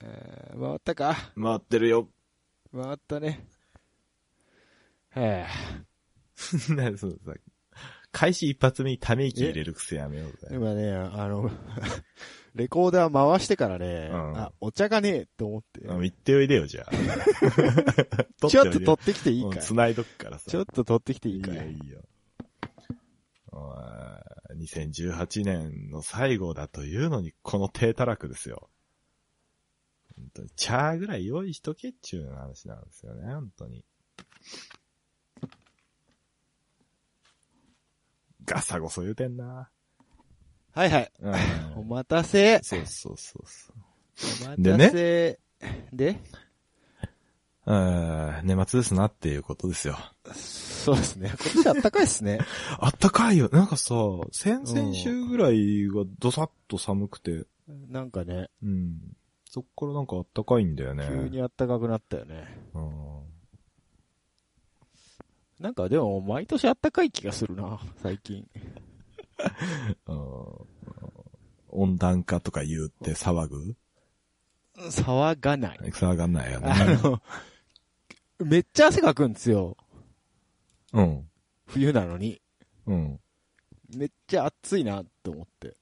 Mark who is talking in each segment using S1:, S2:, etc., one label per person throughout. S1: 回ったか
S2: 回ってるよ。
S1: 回ったね。へえ。
S2: なんでそのさ、開始一発目にため息入れる癖やめようぜ。
S1: 今ね、あの、 レコーダー回してからね、
S2: うん
S1: あ、お茶がねえと思って。
S2: うん行っておいでよ、じゃ あ。
S1: ちょっと取
S2: 取
S1: ってきていい
S2: うん
S1: かい、
S2: 繋いどくからさ。
S1: ちょっと取ってきていいかい
S2: よ、いいよ。おい2018年の最後だというのに、この低たらくですよ。本当に、チャーぐらい用意しとけっちゅう話なんですよね、本当に。ガサゴソ言うて んな。
S1: はいはい。
S2: うん
S1: お待たせ。
S2: そうそうそうそう。
S1: お待たせ。で,、
S2: うん、年末ですなっていうことですよ。
S1: そうですね。今年あったかいっすね。
S2: あったかいよ。なんかさ、先々週ぐらいはどさっと寒くて、
S1: なんかね、
S2: うん。そっからなんかあったかいんだよね。
S1: 急にあったかくなったよね。
S2: うん。
S1: なんかでも、毎年あったかい気がするな、最近。
S2: うん温暖化とか言うって騒ぐ
S1: 騒がない。
S2: 騒がんないよ
S1: あ
S2: ね。
S1: の、めっちゃ汗かくんですよ。
S2: うん。
S1: 冬なのに。
S2: うん。
S1: めっちゃ暑いなって思って。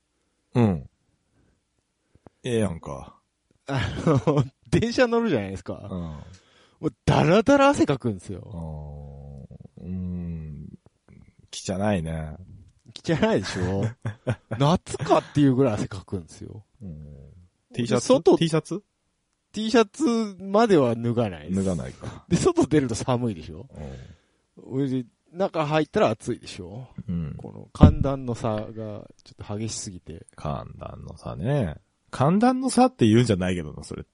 S2: うん。ええやんか。
S1: あの、電車乗るじゃないですか。
S2: うん。あ
S1: もうダラダラ汗かくんですよ。
S2: ーうん。汚いね。
S1: 汚いでし ょ夏かっていうぐらい汗かくんですよ。
S2: うん。T シャツ
S1: 外
S2: ?T シャツ
S1: T シャツまでは脱がないです
S2: 脱がないか。
S1: で、外出ると寒いでしょ
S2: う
S1: それで中入ったら暑いでしょ
S2: ん。うん。
S1: この寒暖の差がちょっと激しすぎ て。
S2: 寒暖の差ね。寒暖の差って言うんじゃないけどな、それ。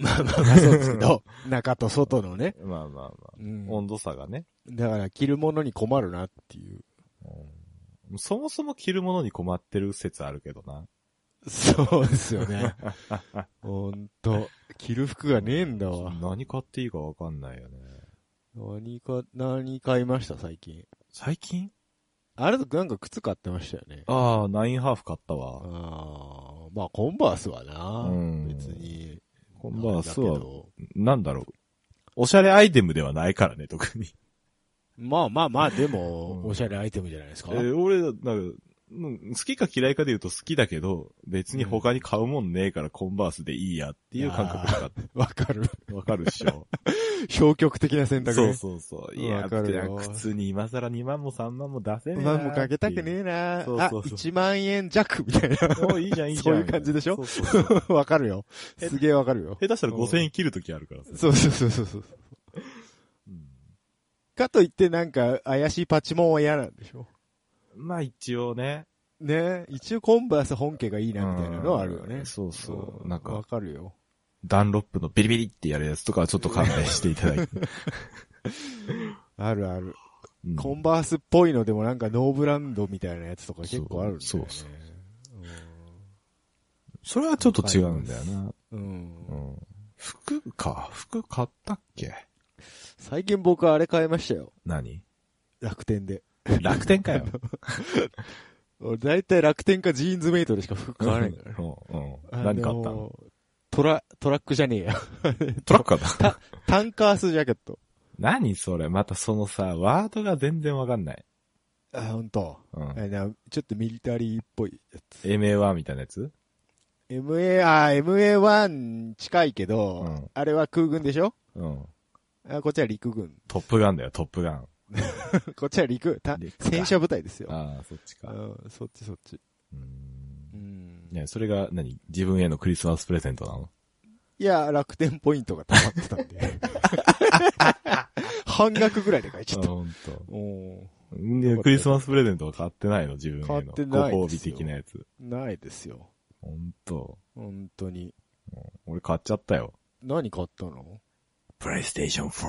S1: まあまあまあそうですけど、中と外のね。
S2: まあまあまあ。
S1: うん。
S2: 温度差がね。
S1: だから着るものに困るなっていう。
S2: そもそも着るものに困ってる説あるけどな。
S1: そうですよね。ほんと。着る服がねえんだわ。
S2: 何買っていいかわかんないよね。
S1: 何か、何買いました最近。
S2: 最近
S1: あれとなんか靴買ってましたよね。
S2: ああ、ナインハーフ買ったわ。
S1: ああ、まあコンバースはな
S2: う。ん
S1: 別に。
S2: コンバース
S1: あれだけ
S2: は、
S1: ど
S2: なんだろう。おしゃれアイテムではないからね、特に。
S1: まあまあまあ、で
S2: う
S1: も、
S2: ん
S1: おしゃれアイテムじゃないですか。
S2: えー俺、なんか、うん好きか嫌いかで言うと好きだけど、別に他に買うもんねえからコンバースでいいやっていう感覚だかっ
S1: わかる。
S2: た。わかるっしょ。
S1: 消極的な選択
S2: そう
S1: ね。
S2: そうそう。
S1: うん
S2: いや、
S1: わかるよ
S2: 靴に今更2万も3万も出せねえな。
S1: まあもうかけたくねえな
S2: そう
S1: あ、
S2: そうそう
S1: 1万円弱みたいな。
S2: おいいじゃん、いいじゃん。
S1: そういう感じでしょ
S2: そうそうそう
S1: わかるよ。すげえわかるよ。
S2: 下手したら5000円切るときあるからさ。
S1: そうそうそうそうそう。
S2: うん
S1: かといってなんか、怪しいパチモンは嫌なんでしょ。
S2: まあ一応ね。
S1: ね一応コンバース本家がいいなみたいなのはあるよね
S2: うん。そうそうう。なん
S1: わ
S2: か、
S1: かるよ。
S2: ダンロップのビリビリってやるやつとかはちょっと勘弁していた だいて。
S1: あるある。
S2: うん
S1: コンバースっぽいのでもなんかノーブランドみたいなやつとか結構あるんだよね。
S2: そうそう
S1: うん。
S2: それはちょっと違うんだよな。
S1: うん
S2: うん服か。服買ったっけ
S1: 最近僕あれ買いましたよ。
S2: 何
S1: 楽天で。
S2: 楽天かよ。
S1: 俺大体楽天かジーンズメイトでしか服買わないからね。
S2: うん うん何買った
S1: あ
S2: の
S1: のトラ、トラックじゃねえ や。
S2: トラック買った。
S1: タンカースジャケット。
S2: 何それまたそのさ、ワードが全然わかんない。
S1: あ、ほんと。
S2: うん
S1: あ。なちょっとミリタリーっぽいやつ。
S2: MA1 みたいなやつ
S1: MA、あ、MA1 近いけど、
S2: うん
S1: あれは空軍でしょ
S2: うん。
S1: あこっちは陸軍。
S2: トップガンだよ、トップガン。
S1: こっちは陸、た
S2: 陸か
S1: 戦車部隊ですよ。
S2: ああ、そっち
S1: う
S2: か。
S1: ん、そっちそっち。
S2: うん
S1: うん。
S2: ね、それが何自分へのクリスマスプレゼントなの
S1: いや、楽天ポイントが溜まってたんで。 半額ぐらいで買いちゃった。
S2: ほんと
S1: お
S2: でクリスマスプレゼントは買ってないの自分への。
S1: 買ってない
S2: ご褒
S1: で
S2: 美
S1: すよ
S2: 的なやつ。
S1: ないですよ。
S2: ほんと。
S1: 本当に。
S2: 俺買っちゃったよ。
S1: 何買ったの
S2: プレイステーション4。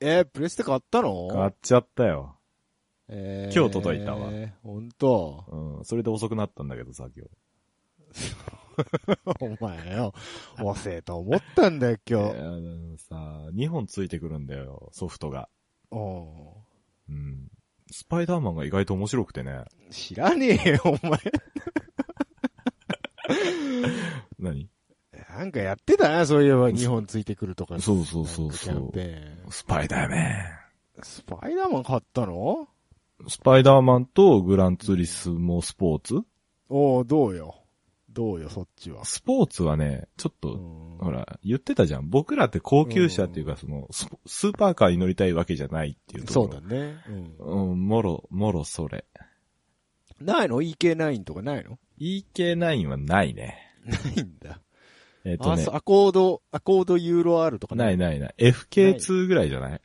S1: えー、プレステ買ったの
S2: 買っちゃったよ。
S1: え
S2: 今日届いたわ。
S1: 本当
S2: うん。それで遅くなったんだけど、さっきは。
S1: お前よ。遅えと思ったんだよ、今
S2: い
S1: 日。
S2: やあのさ、2本ついてくるんだよ、ソフトが。
S1: お
S2: うん。スパイダーマンが意外と面白くてね。
S1: う知らねえよ、お前。
S2: 何
S1: なんかやってたな、そういえば2本ついてくるとか。
S2: そうそうそう
S1: キ
S2: そ
S1: ャン
S2: う
S1: ペ。ーン。
S2: スパイダーマ
S1: スパイダーマン買ったの
S2: ン。スパイダーマンとグランツーリスモスポーツ
S1: おおどうよ。どうよ、そっちは。
S2: スポーツはね、ちょっ
S1: う
S2: と、
S1: ん
S2: ほら、言ってたじゃん。僕らって高級車っていうか、その、スポスーパーカーに乗りたいわけじゃないっていうとこ
S1: そ
S2: ろ。
S1: うだね。うん
S2: うん、もろ、もろそれ。
S1: ないの ?EK9 とかないの
S2: EK9 はないね。
S1: ないんだ。
S2: えっ、と
S1: あ、
S2: ね
S1: そう、アコード、アコードユーロ R とか
S2: ない
S1: な。
S2: ないない。FK2 ぐらいじゃない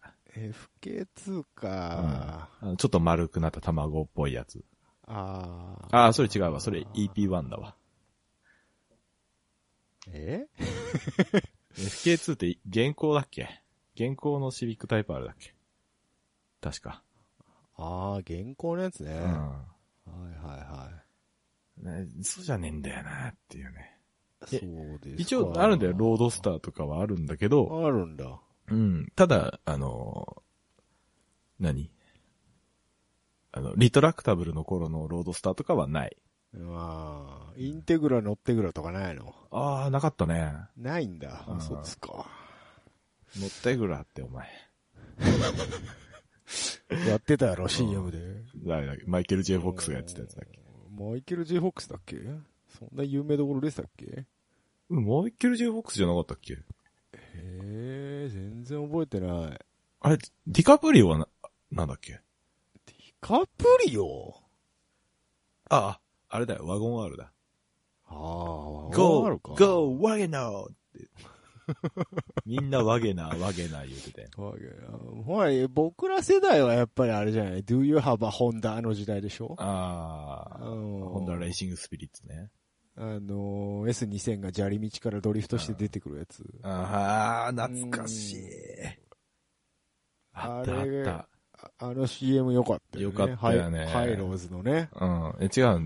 S1: FK2 か。
S2: あのちょっと丸くなった卵っぽいやつ。
S1: あー
S2: ああ、それ違うわ。それ EP1 だわ。
S1: え
S2: FK2 って現行だっけ現行のシビックタイプあるだっけ確か。
S1: ああ、現行のやつね。
S2: う
S1: は
S2: ん。
S1: いは
S2: ねそうじゃねえんだよなっていうね。
S1: いは
S2: え
S1: い。そうですか
S2: 一応あるんだよ、ロードスターとかはあるんだけど、
S1: あるんだ。
S2: うん。ただ、あのー何あの、リトラクタブルの頃のロードスターとかはない。
S1: ああ、インテグラ乗ってグラとかないの
S2: ああ、なかったね。
S1: ないんだ。
S2: あー
S1: あそうですか。
S2: 乗ってぐらってお前。
S1: やってたやろ、CM で。
S2: 誰だっけマイケル・ J ・フォックスがやってたやつだっけ
S1: マイケル・ J ・フォックスだっけそんな有名どころでしたっけへ
S2: うんマイケル・ J ・フォックスじゃなかったっけ
S1: え、全然覚えてない。
S2: あれ、ディカプリオはな、なんだっけ
S1: ディカプリオ
S2: ああ、あれだよ、ワゴン R だ。
S1: ああ、あ
S2: Go!
S1: るか
S2: Go! ワゲナーって。 みんなワゲナー、ワゲナー言うてたよ。
S1: わけだほら、僕ら世代はやっぱりあれじゃない ?Do you have a Honda の時代でしょ
S2: あ
S1: あ
S2: あ、
S1: の
S2: ホンダレーシングスピリッツね。
S1: あのー S2000 が砂利道からドリフトして出てくるやつ。
S2: ああ、懐
S1: か
S2: か
S1: し
S2: し
S1: い
S2: い。あった
S1: あ
S2: あ
S1: れ
S2: った。
S1: ああの CM 良かったよね。
S2: 良かったよね
S1: ハイハイローズのね。
S2: うん。え、違う、違う違う違う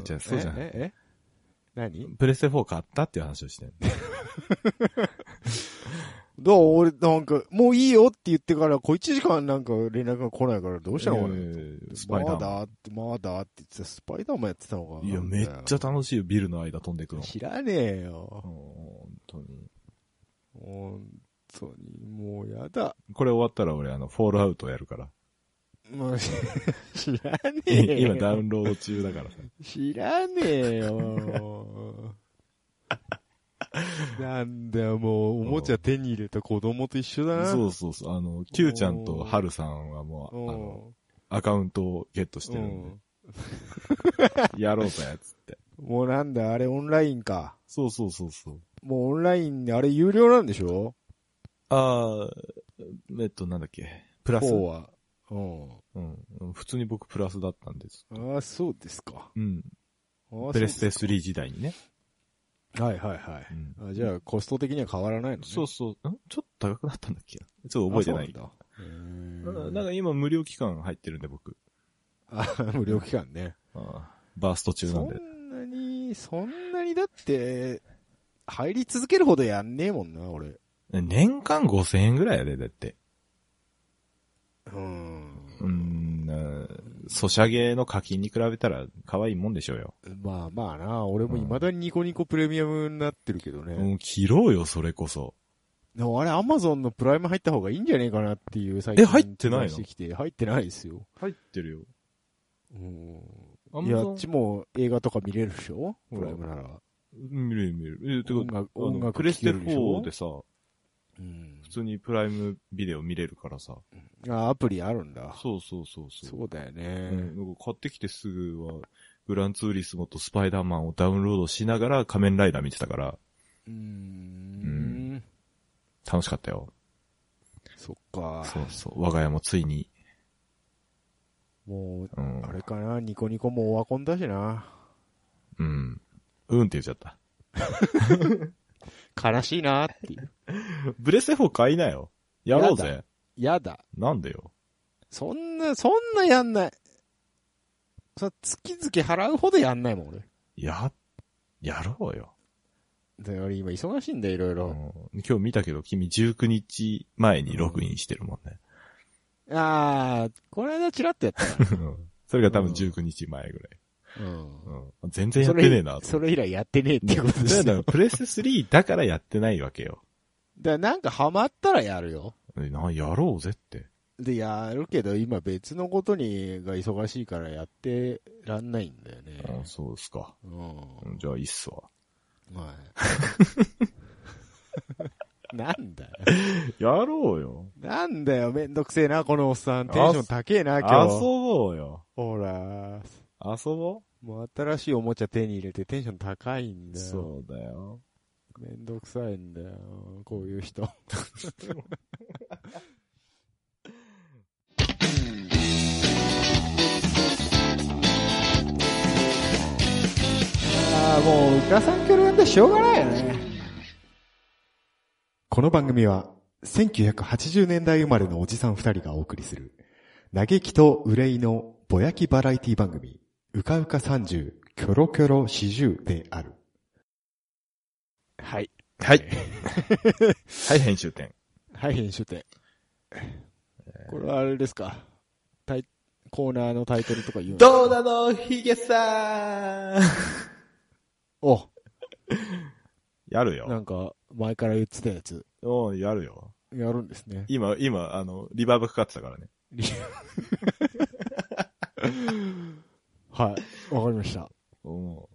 S2: 違う、そうじゃ
S1: ん
S2: な
S1: え
S2: い。
S1: ええ何
S2: プレステ4買ったっていう話をしてん
S1: どう俺、なんか、もういいよって言ってから、小一時間なんか連絡が来ないから、どうしたの俺。
S2: のスパイダ
S1: ま
S2: ーマン。
S1: だって、まだって言ってたスパイダーマンやってたのか。
S2: いや、めっちゃ楽しいよ、ビルの間飛んでくの。
S1: 知らねえ
S2: う
S1: よ。
S2: ん本当に。
S1: 本当に、もうやだ。
S2: これ終わったら俺、あの、フォールアウトやるから。
S1: もう、知 知らねえよ。
S2: 今ダウンロード中だからさ。
S1: 知らねえよ。なんだよ、もう、おもちゃ手に入れた子供と一緒だな。
S2: そうそうそう。あの、Q ちゃんとハルさんはもう、あの、アカウントをゲットして
S1: う
S2: る
S1: ん
S2: んで、やろうぜ、つって。
S1: うんもうなんだ、あれオンラインか。
S2: そうそうそうそう。
S1: もうオンラインで、あれ有料なんでしょ
S2: あー、えっと、なんだっけ。プラス。
S1: ?4 は。う
S2: うん。普通に僕プラスだったんです。
S1: ん。ああ、そうですか。
S2: うん。
S1: ああ
S2: プレステ
S1: そうで
S2: 3時代にね。
S1: すかはいはいはい。
S2: うん。
S1: あじゃあ、コスト的には変わらないのね。
S2: そううそう。んちょっと高くなったんだっけちょっと覚えてない。
S1: んだ。へ
S2: うん
S1: ー
S2: なんか今無料期間入ってるんで僕。
S1: あ無料期間ね。
S2: あーバースト中なん
S1: そ
S2: で。
S1: んなに、そんなにだって、入り続けるほどやんねえもんな、俺。
S2: 年間5000円ぐらいやで、だって。
S1: うん。
S2: うーん、あーソシャゲの課金に比べたら可愛いもんでしょうよ。
S1: まあまあな、俺も未だにニコニコプレミアムになってるけどね。
S2: うん、切ろうよ、それこそ。
S1: でもあれ、アマゾンのプライム入った方がいいんじゃねえかなっていう最近。
S2: え入ってないの
S1: してきて、入ってないですよ。
S2: 入ってるよ。
S1: うん。
S2: あん
S1: いや、あっちも映画とか見れるでしょ
S2: ら
S1: プライムなら。
S2: 見れる見れる。え、て
S1: 音
S2: か、
S1: 楽、
S2: あの
S1: 音楽
S2: プレステ
S1: 聴けるしょ
S2: 4でさ、
S1: うん
S2: 普。通にプライムビデオ見れるからさ。
S1: あ、アプリあるんだ。
S2: そうそうそうそう。
S1: そうだよ
S2: う
S1: ね
S2: ん。なんか買ってきてすぐは、グランツーリスモとスパイダーマンをダウンロードしながら仮面ライダー見てたから、
S1: うー。
S2: うん楽しかったよ。
S1: そっか。
S2: そうそう。我が家もついに。
S1: もう、
S2: うん。
S1: あれかな、ニコニコもオワコンだしな。
S2: うん。うんって言っちゃった。
S1: 悲しいなっていう。
S2: ブレステ4買いなよ。やろう
S1: や
S2: ぜ。
S1: やだ。
S2: なんでよ。
S1: そんな、そんなやんない。そ月々払うほどやんないもん、俺。
S2: や、やろうよ。
S1: だから俺今忙しいんだよ、いろいろ。
S2: うん今日見たけど、君19日前にログインしてるも んね。
S1: あー、この間チラッとやった。
S2: それが多分19日前ぐらい。
S1: うん。
S2: うん。全然やってねえなと
S1: それ以来やってねえっていうことで
S2: そ
S1: す
S2: うだ
S1: よ。
S2: よプレステ3だからやってないわけよ。
S1: だからなんかハマったらやるよ。
S2: えな、やろうぜって。
S1: で、やるけど、今別のことに、が忙しいからやってらんないんだよね。
S2: あそうですか。
S1: うん。
S2: うんじゃあ、いいっすわ。
S1: はい。 なんだよ。
S2: やろうよ。
S1: なんだよ、めんどくせえな、このおっさん。テンション高えな、
S2: 遊
S1: 今日。
S2: ぼうよ。
S1: ほら。
S2: 遊ぼ
S1: もう新しいおもちゃ手に入れてテンション高いん
S2: う
S1: だよ。
S2: そうだよ。
S1: めんどくさいんだよ、こういう 人。ああ、もう、うかさんきょるなんてしょうがないよね。この番組は、1980年代生まれのおじさん二人がお送りする、嘆きと憂いのぼやきバラエティ番組、うかうか30、キョロキョロ40である。はい。
S2: はい。 はい、編集点。
S1: はい、編集点。これはあれですか。タイコーナーのタイトルとか言うの
S2: どうなの、ヒゲさん
S1: お、
S2: やる
S1: な
S2: よ。
S1: んか、前から言ってたやつ、
S2: おやるよ。
S1: やるんですね。
S2: 今、今、あの、リバーブかかってたからね。
S1: はい、わかりました。
S2: お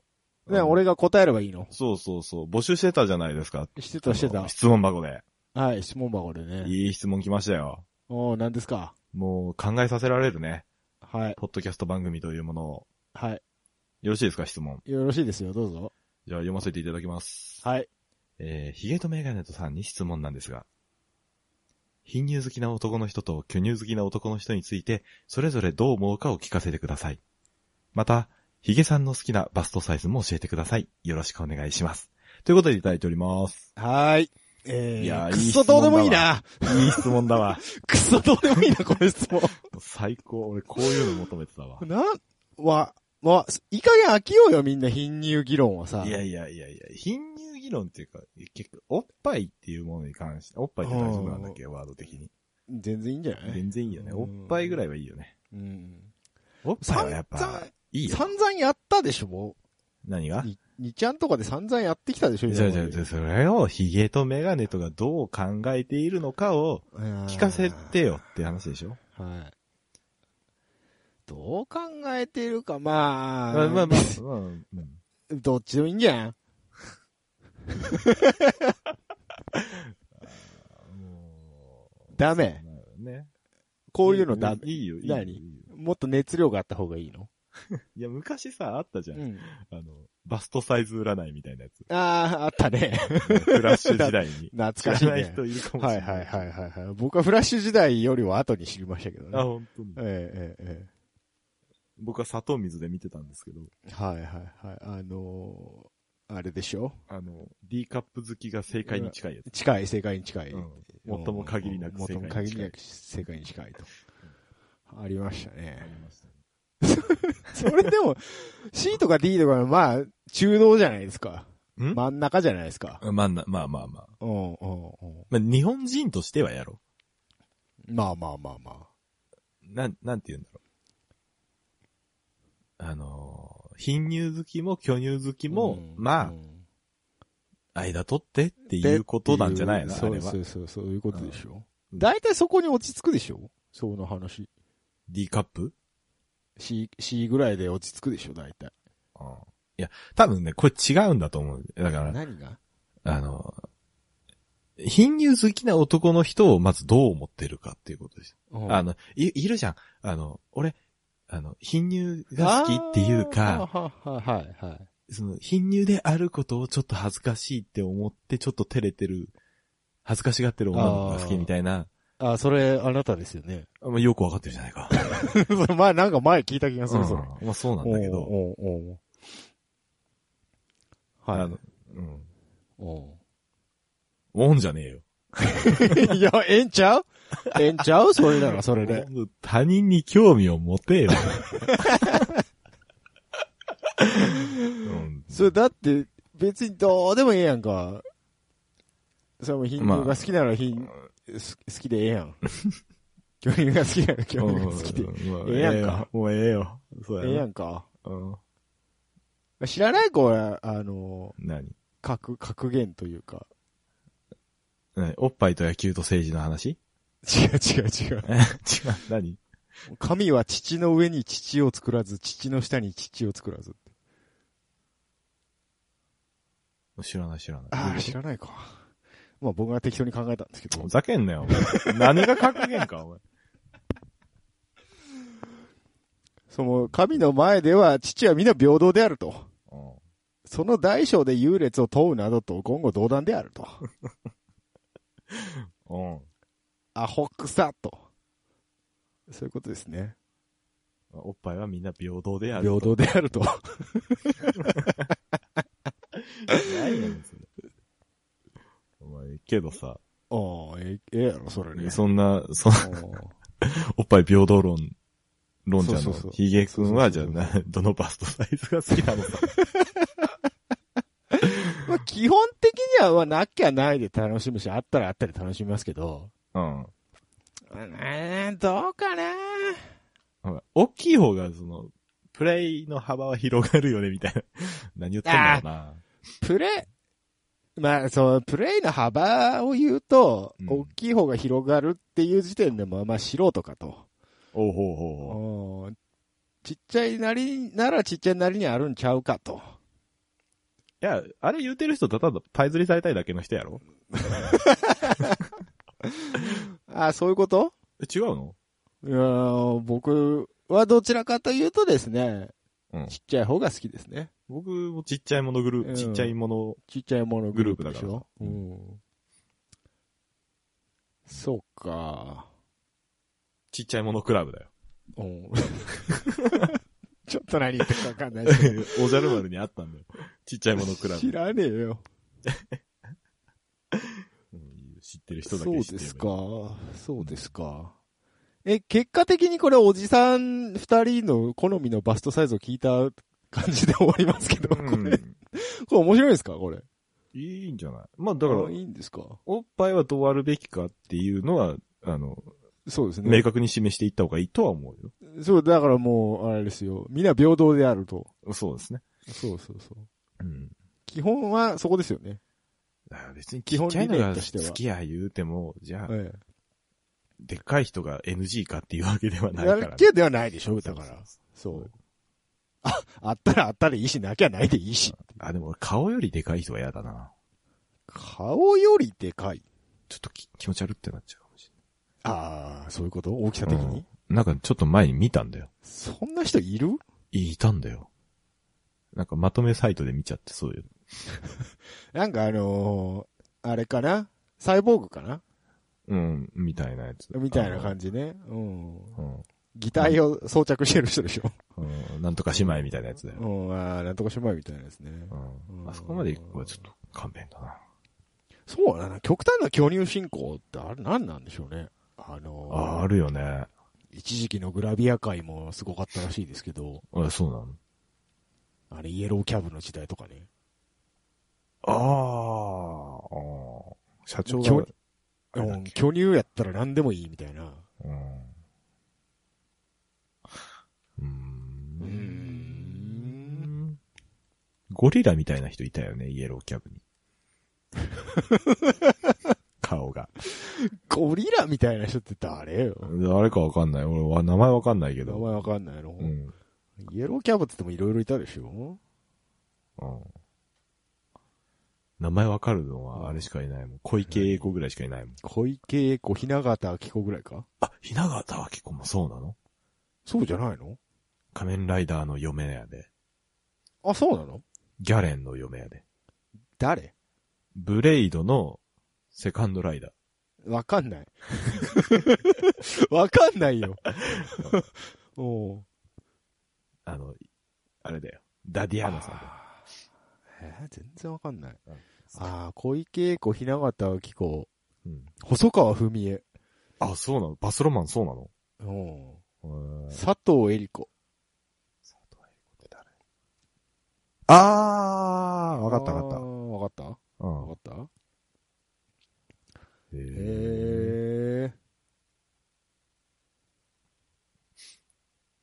S2: う
S1: ね、。俺が答えればいいの
S2: そうそうそう。募集してたじゃないですか。
S1: してた、してた。
S2: 質問箱で。
S1: はい、質問箱でね。
S2: いい質問来ましたよ。
S1: おー、何ですか
S2: もう考えさせられるね。
S1: はい、
S2: ポッドキャスト番組というものを。
S1: は
S2: よろしいですか、質問。
S1: い。よろしいですよ、どうぞ。
S2: じゃあ読ませていただきます。
S1: はい。
S2: えー、ヒゲとメガネとさんに質問なんですが、貧乳好きな男の人と巨乳好きな男の人について、それぞれどう思うかを聞かせてください。また、ヒゲさんの好きなバストサイズも教えてください。よろしくお願いします。ということでいただいております。
S1: はーい。えー、
S2: いやー
S1: くっ
S2: いい
S1: そ
S2: 質
S1: ど
S2: 問だわ
S1: うでもいいな。
S2: いい質問だわ。
S1: くっそどうでもいいな、この質問。
S2: 最高。俺こういうの求めてたわ。
S1: なん、わ、わ、いい加減飽きようよ、みんな、貧乳議論はさ。
S2: いやいやいやいや、貧乳議論っていうか、結局、おっぱいっていうものに関して、おっぱいって大丈夫なんだっけワード的に。
S1: 全然いいんじゃない
S2: 全然いいよね。
S1: うん
S2: おっぱいぐらいはいいよね。
S1: うん。
S2: おっぱいはやっぱ、いいよ。
S1: 散々やったでしょ、も
S2: 何が
S1: う。に、にちゃんとかで散々やってきたでしょ、
S2: じ
S1: 今
S2: ゃ
S1: ま
S2: あ
S1: で
S2: じゃあじゃあそれをヒゲとメガネとかどう考えているのかを聞かせ。てよって話でしょ
S1: あーはい。どう考えてるか、まあ、
S2: まあまあまあ、まあうん
S1: どっちでもいいんじゃん。
S2: もう
S1: ダメ。
S2: そうなるね。
S1: こういうのダメ。
S2: いいよ、いいよ。
S1: 何
S2: いいよ
S1: もっと熱量があった方がいいの
S2: いや、昔さ、あったじ
S1: う
S2: ゃん。
S1: ん。。
S2: あの、バストサイズ占いみたいなやつ
S1: ああ、あったね。
S2: フラッシュ時代に。
S1: 懐
S2: 知
S1: からしい
S2: ない
S1: ね。
S2: 人いるかもし
S1: はい
S2: れない。
S1: はいはいはいはい。僕はフラッシュ時代よりは後に知りましたけど
S2: あ、
S1: ね。
S2: 本当に
S1: え。えええええ。
S2: 僕は砂糖水で見てたんですけど、
S1: はいはいはい。あのーあれでしょ
S2: あの、D カップ好きが正解に近いやつ。
S1: 近い、正解に近い。
S2: うん。もっとも限りなく
S1: もっ
S2: 正
S1: とも
S2: 解に
S1: 限り
S2: 近い
S1: な。く正解に近いと。ありました
S2: あり
S1: ね。
S2: ましたね
S1: それでも、C とか D とかの、まあ、中道じゃないですか。
S2: ん
S1: 真ん中じゃないですか。
S2: まあな、まあまあまあ。
S1: うんうんうん。
S2: まあ、日本人としてはやろ
S1: まあまあまあま
S2: う。なん、なんて言うんだろう。あのー貧乳好きも巨乳好き
S1: あ。
S2: も、
S1: ん
S2: まあ、
S1: ん
S2: 間取ってっていうことなんじゃないの
S1: でっ
S2: あ
S1: て
S2: れ
S1: う
S2: は。
S1: そうそうそう、そういうことでしょ。
S2: うん
S1: 大体そこに落ち着くでしょその話。
S2: D カップ
S1: C、C ぐらいで落ち着くでしょ大体。
S2: うん。いや、多分ね、これ違うんだと思う。だから、
S1: 何が
S2: あの、貧乳好きな男の人をまずどう思ってるかっていうことです。あの、い、いるじゃん。あの、俺、あの、貧乳が好きっていうか、
S1: あー、ははいはいはい。
S2: その、貧乳であることをちょっと恥ずかしいって思って、ちょっと照れてる、恥ずかしがってる女の子が好きみたいな、
S1: あ、それ、あなたですよね。
S2: あまあ、よくわかってるじゃないか。
S1: 前、なんか前聞いた気がす
S2: そ
S1: る、
S2: うそ
S1: そうれ。
S2: まあ、そうなんだけど、
S1: おうおうおう
S2: あ
S1: は
S2: の
S1: い。、
S2: うん。
S1: お
S2: おんじゃねえよ。
S1: う いや、ええんちゃうええんちゃうそれなら、それで。
S2: もう他人に興味を持て よ。うん
S1: それ、だって、別にどうでもええやんか。それも貧乳が好きなら貧、す好きでええや ん。巨乳が好きなら巨乳が好きで
S2: うんまあ
S1: ええやんか
S2: ええよもうええよ。そう
S1: ええや
S2: ん。
S1: んか。
S2: うん
S1: あ知らないこれ、あの、
S2: 何
S1: 格、格言というか。
S2: 何おっぱいと野球と政治の話
S1: 違う違う違う。
S2: え違う。何
S1: 神は父の上に父を作らず、父の下に父を作らず。
S2: 知らない知らない。
S1: ああ、知らないか。まあ僕が適当に考えたんですけど
S2: ふ。ざけんなよ、お前。何が格言か、お前。
S1: その、神の前では父は皆平等であると。
S2: うん
S1: その大小で優劣を問うなどと言語道断であると。
S2: うん。
S1: アホくさと。そういうことですね。
S2: おっぱいはみんな平等である。
S1: 平等であると。
S2: ないやん、それ。お前、けどさ、
S1: おー、えええやろ、それね。
S2: そんな、そんな、
S1: おー
S2: おっぱい平等論、論者
S1: そうそうそ
S2: の
S1: う
S2: ヒゲ君は、じ
S1: そ
S2: ゃあ
S1: うそう
S2: な、どのバストサイズが好きな のか。
S1: まあ、基本的には、まあ、なきゃないで楽しむし、あったらあったり楽しみますけど。
S2: うん。
S1: えー、どうかな
S2: ほら大きい方が、その、プレイの幅は広がるよね、みたいな。何言ってんだろうな。
S1: プレイ、まあ、その、プレイの幅を言うと、
S2: うん
S1: 大きい方が広がるっていう時点でも、まあ、素人かと。
S2: おうほうほうほう。
S1: うんちっちゃいなり、ならちっちゃいなりにあるんちゃうかと。
S2: いや、あれ言うてる人ただパイズリされたいだけの人やろ
S1: あそういうこと
S2: え違うの
S1: いやー僕はどちらかというとですね、
S2: うん
S1: ちっちゃい方が好きですね。
S2: 僕もちっちゃいものグルー
S1: う
S2: プ、
S1: ん
S2: ちっちゃいもの、
S1: ちっちゃいものグループでし
S2: グルー
S1: ょ、うん、そうか。
S2: ちっちゃいものクラブだ よ。
S1: うん ちょっと何言ってるかわかん ないですけど。
S2: おじゃる丸にあったんだよ。ちっちゃいものクラブ
S1: 知。らねえよ。
S2: うん知ってる人だ
S1: そう
S2: け
S1: で
S2: 知ってる。
S1: すか。。そうですか。え、結果的にこれおじさん二人の好みのバストサイズを聞いた感じで終わりますけど、 これ、これ面白いですかこれ。
S2: いいんじゃないまあだから
S1: あ、いいんですか
S2: おっぱいはどうあるべきかっていうのは、あの、
S1: そうですね。
S2: 明確に示していった方がいいとは思うよ。
S1: そう、だからもう、あれですよ。みんな平等であると。
S2: そうですね。
S1: そうそうそう。
S2: うん。
S1: 基本はそこですよね。
S2: だから別に
S1: 基
S2: 基
S1: 本理
S2: 本ちっちゃいの
S1: 念
S2: が
S1: としては
S2: 好きや言うても、じゃあ、
S1: え
S2: でっかい人が NG かっていうわけでは
S1: え。
S2: ないから、
S1: やる気ではないでしょ、だか
S2: そう
S1: ら
S2: そう。そう
S1: そう。あ、あったらあったらいいし、なきゃないでいいし。
S2: あ、でも俺顔よりでかい人は嫌だな。
S1: 顔よりでかい。
S2: ちょっとき気持ち悪ってなっちゃうかもし
S1: ああ、そういうこと大きさ
S2: れ
S1: 的
S2: ない。
S1: に、
S2: うんなんかちょっと前に見たんだよ。
S1: そんな人いる
S2: いいたんだよ。なんかまとめサイトで見ちゃってそういう。
S1: なんかあのーあれかなサイボーグかな
S2: うん、みたいなやつ。
S1: みたいな感じね。うん。
S2: じ。うん。
S1: 擬態を装着してる人でしょ。
S2: うんなんとか姉妹みたいなやつだよ。
S1: うん、ああ、なんとか姉妹みたいなですね。
S2: うん。あそこまで行くはちょっと勘弁だな。
S1: そうだな。極端な巨乳進行ってあれ何なんでしょうね。あのー
S2: あ、あるよね。
S1: 一時期のグラビア界もすごかったらしいですけど、
S2: あ、そうなの
S1: あれイエローキャブの時代とかね。
S2: あーあー。社長
S1: 今
S2: が
S1: 日、
S2: あれだ
S1: う
S2: っ
S1: ん
S2: け
S1: 巨乳やったら何でもいいみたいな。
S2: うん。うーん。ゴリラみたいな人いたよね、イエローキャブに。 顔が。
S1: ゴリラみたいな人って誰よ。
S2: 誰かわかんない。俺は名前わかんないけ
S1: 名
S2: ど。
S1: 前わかんないの、
S2: うん。
S1: イエローキャブって言ってもいろいろいたでしょ
S2: うん名前わかるのはあれしかいないもん。小池栄子ぐらいしかいないもん。
S1: 小池栄子、雛形明子ぐらいか
S2: あ、ひながたあきこもそうなの
S1: そうじゃないの
S2: 仮面ライダーの嫁やで。
S1: あ、そうなの
S2: ギャレンの嫁やで。
S1: 誰
S2: ブレイドのセカンドライダー。
S1: わかん ない。わかんないよ。 おう
S2: あの、あれだよ。ダディアーナさんだよ。
S1: あーえー全然わかんない。
S2: うん
S1: ああ、小池栄子、雛形明子、
S2: うん。
S1: 細川文江、
S2: あ、そうなのバスロマンそうなの
S1: おう
S2: うーん
S1: 佐藤恵理子。
S2: あー、わかったわか
S1: あー
S2: っ
S1: わかった
S2: た。う
S1: わか
S2: ん。
S1: った
S2: へー
S1: へえ。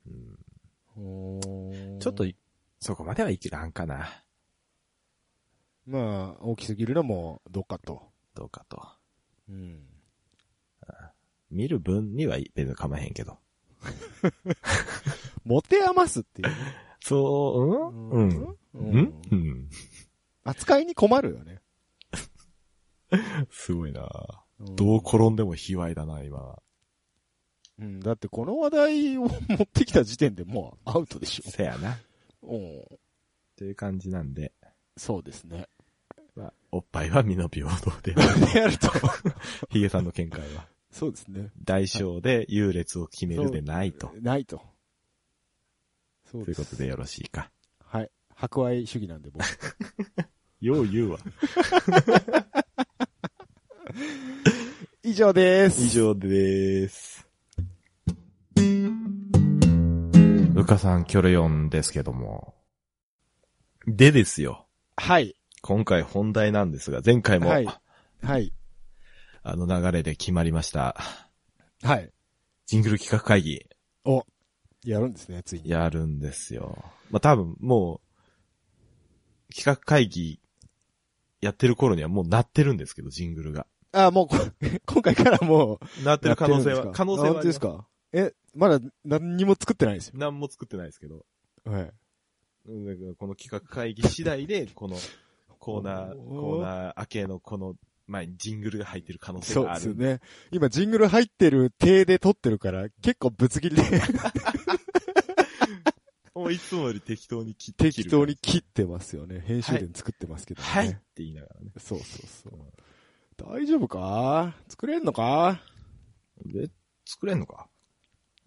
S2: うん
S1: おー
S2: ちょっと、そこまではいけらんかな。
S1: まあ、大きすぎるのもどうかと。
S2: どうかと。
S1: うん。
S2: 見る分にはい別に構えへんけど。
S1: 持て余すっていうね。
S2: そう、うんうん。
S1: う
S2: うん
S1: ん
S2: うん。
S1: 扱いに困るよね。
S2: すごいな
S1: うん
S2: どう転んでも卑猥だな、今。
S1: うん、だってこの話題を持ってきた時点でもうアウトでし
S2: せやな。
S1: ょ。うん。
S2: という感じなんで、
S1: そうですね。
S2: まあ、おっぱいは身の平等で、
S1: やると。
S2: ヒゲさんの見解 は、
S1: そうですね。
S2: 代償で優劣を決めるでないと。
S1: ないと。そう
S2: ということでよろしいか。
S1: はい。博愛主義なんで僕。
S2: よう言うわ。
S1: 以上です。
S2: 以。上です。うかさん、キョロヨンですけども。でですよ。
S1: はい。
S2: 今回本題なんですが、前回も、
S1: はいはい。
S2: あの流れで決まりました。
S1: はい。
S2: ジングル企画会議、
S1: お、やるんですね、ついに。
S2: やるんですよ。まあ、多分、もう、企画会議、やってる頃にはもうなってるんですけど、ジングルが。
S1: あ、もうこ、 今回からもう。
S2: なってる可能性
S1: やってるんですか
S2: は、可能性
S1: あ
S2: は
S1: 本当
S2: あり
S1: で
S2: ますす。
S1: かえ、まだ何にも作ってないですよ。
S2: 何も作ってないですけど。
S1: はい。
S2: うんだからこの企画会議次第で、このコーナ
S1: おー
S2: ー、コーナー明けのこの、まあ、ジングルが入ってる可能性
S1: そう
S2: があ
S1: で
S2: る。
S1: すよね。今、ジングル入ってる手で撮ってるから、結構ぶつ切りで
S2: もういつもより適当に切って
S1: 適当に切ってますよね。編集点作ってますけどね。
S2: はいって言いながらね。
S1: そうそうそう。大丈夫か作れんのか
S2: で、作れんのか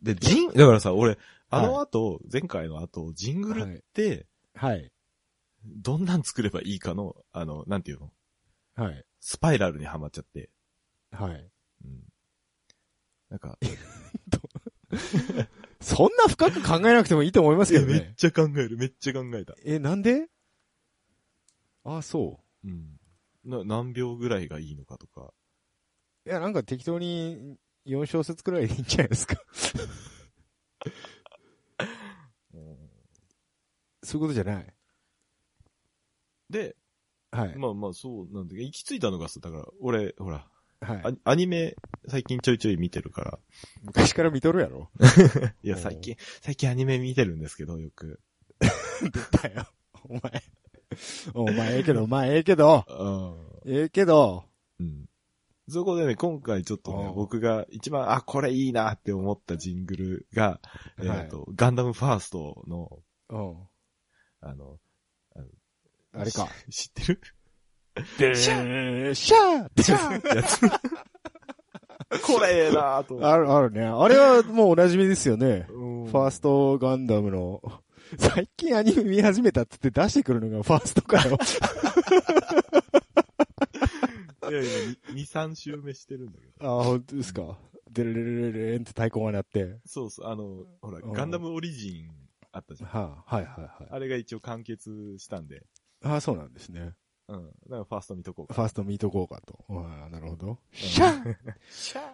S2: で、ジン、だからさ、俺、あの後、前回の後、ジングルって、
S1: はい。
S2: どんなん作ればいいかの、あの、なんていうの
S1: はい。
S2: スパイラルにはまっちゃって。
S1: はい。
S2: うん。なんか、
S1: そんな深く考えなくてもいいと思いますけど
S2: めっ
S1: ね。
S2: ちゃ考える、めっちゃ考えた。
S1: え、なんであ、そ
S2: うん。な何秒ぐらいがいいのかとか。
S1: う。いや、なんか適当に4小節くらいでいいんじゃないですか。そういうことじゃない。
S2: で、
S1: はい。
S2: まあまあそうなんだけど、行き着いたのがさ、だから、俺、ほら、
S1: は
S2: ア
S1: い。
S2: ニアニメ最近ちょいちょい見てるから、
S1: 昔から見とるやろ。
S2: いや
S1: おう
S2: 最近、最近アニメ見てるんですけど、よく。
S1: だよ。お前。お前、ええけど、お前、ええけど、ええけど、
S2: うん。そこでね、今回ちょっとね
S1: お、う
S2: 僕が一番、あ、これいいなって思ったジングルが、えっ、
S1: はい
S2: と、ガンダムファーストの、
S1: うん。
S2: あの、
S1: あれか。
S2: し知ってる
S1: シャーシャーシャー
S2: やつ。これええなと思って。
S1: ある、あるね。あれはもうお馴染みですよね。
S2: うん
S1: ファーストガンダムの、最近アニメ見始めたってって出してくるのがファーストかよ。
S2: いやいや、2、3周目してるんだけど。
S1: ああ、本当ですか。でれれれれれんって太鼓が鳴って。
S2: そうそう、あの、ほら、
S1: うん
S2: ガンダムオリジンあったじゃん。
S1: はあ、はいはいはい。
S2: あれが一応完結したんで、
S1: ああ、そうなんですね。
S2: うん。だからファースト見とこ
S1: フ
S2: うか。
S1: ァーストミート効果と。ああ、なるほど。シャー
S2: シャー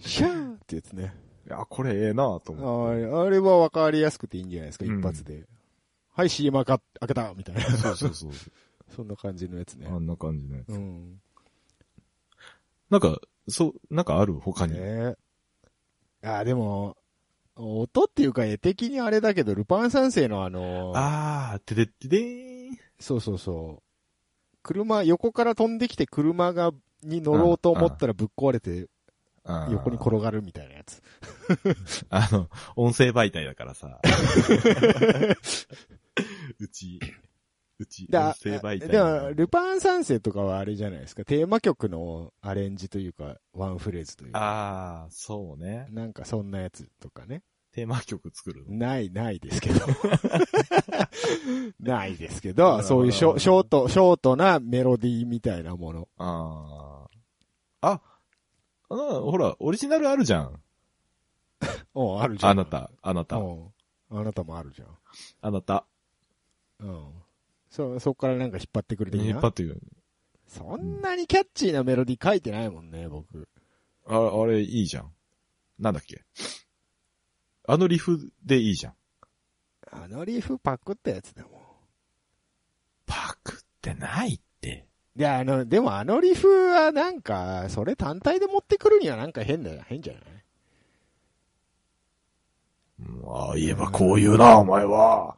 S1: シャーってやつね。
S2: いや、これええなぁと
S1: あ
S2: 思って。
S1: ああれは分かりやすくていいんじゃないですか、
S2: うん
S1: 一発で。はい、CM 開か開けたみたいな。
S2: そうそう そう。
S1: そんな感じのやつね
S2: あ。んな感じね。
S1: うん。
S2: なんか、そう、なんかある他に。
S1: ねえ。ああ、でも、音っていうか絵的にあれだけど、ルパン三世のあの、
S2: あー、てでってでーん。
S1: そうそうそう。車、横から飛んできて車が、に乗ろうと思ったらぶっ壊れて
S2: あー
S1: 横に転がるみたいなやつ。
S2: あの、音声媒体だから さ。うち、うち、音
S1: だ
S2: 声媒体。
S1: でも、ルパン三世とかはあれじゃないですか。テーマ曲のアレンジというか、ワンフレーズというか。
S2: あー、そうね。
S1: なんかそんなやつとかね。
S2: テーマ曲作るの。
S1: ない、ないですけど。 ないですけ
S2: あ
S1: ど、
S2: ら
S1: そういうシ
S2: あ
S1: ョ
S2: ら
S1: ショート、ショートなメロディーみたいなもの。
S2: あー。あ、あのほら、オリジナルあるじゃん。
S1: おあるじゃん。
S2: あな。た、あなた、
S1: おあなたもあるじゃ
S2: あなた。
S1: ん。うん。そ、そこからなんか引っ張ってくる的
S2: 引っ
S1: な
S2: 張。ってくる。
S1: そんなにキャッチーなメロディー書いてないもんね、僕。
S2: あれ、あれいいじゃん。なんだっけ。あのリフでいいじゃん。
S1: あのリーフパクったやつだもん。
S2: ってないって。
S1: いや、あの、でもあのリフはなんか、それ単体で持ってくるにはなんか変だよ。変じゃない
S2: うんああ、言えばこう言うな、お前は。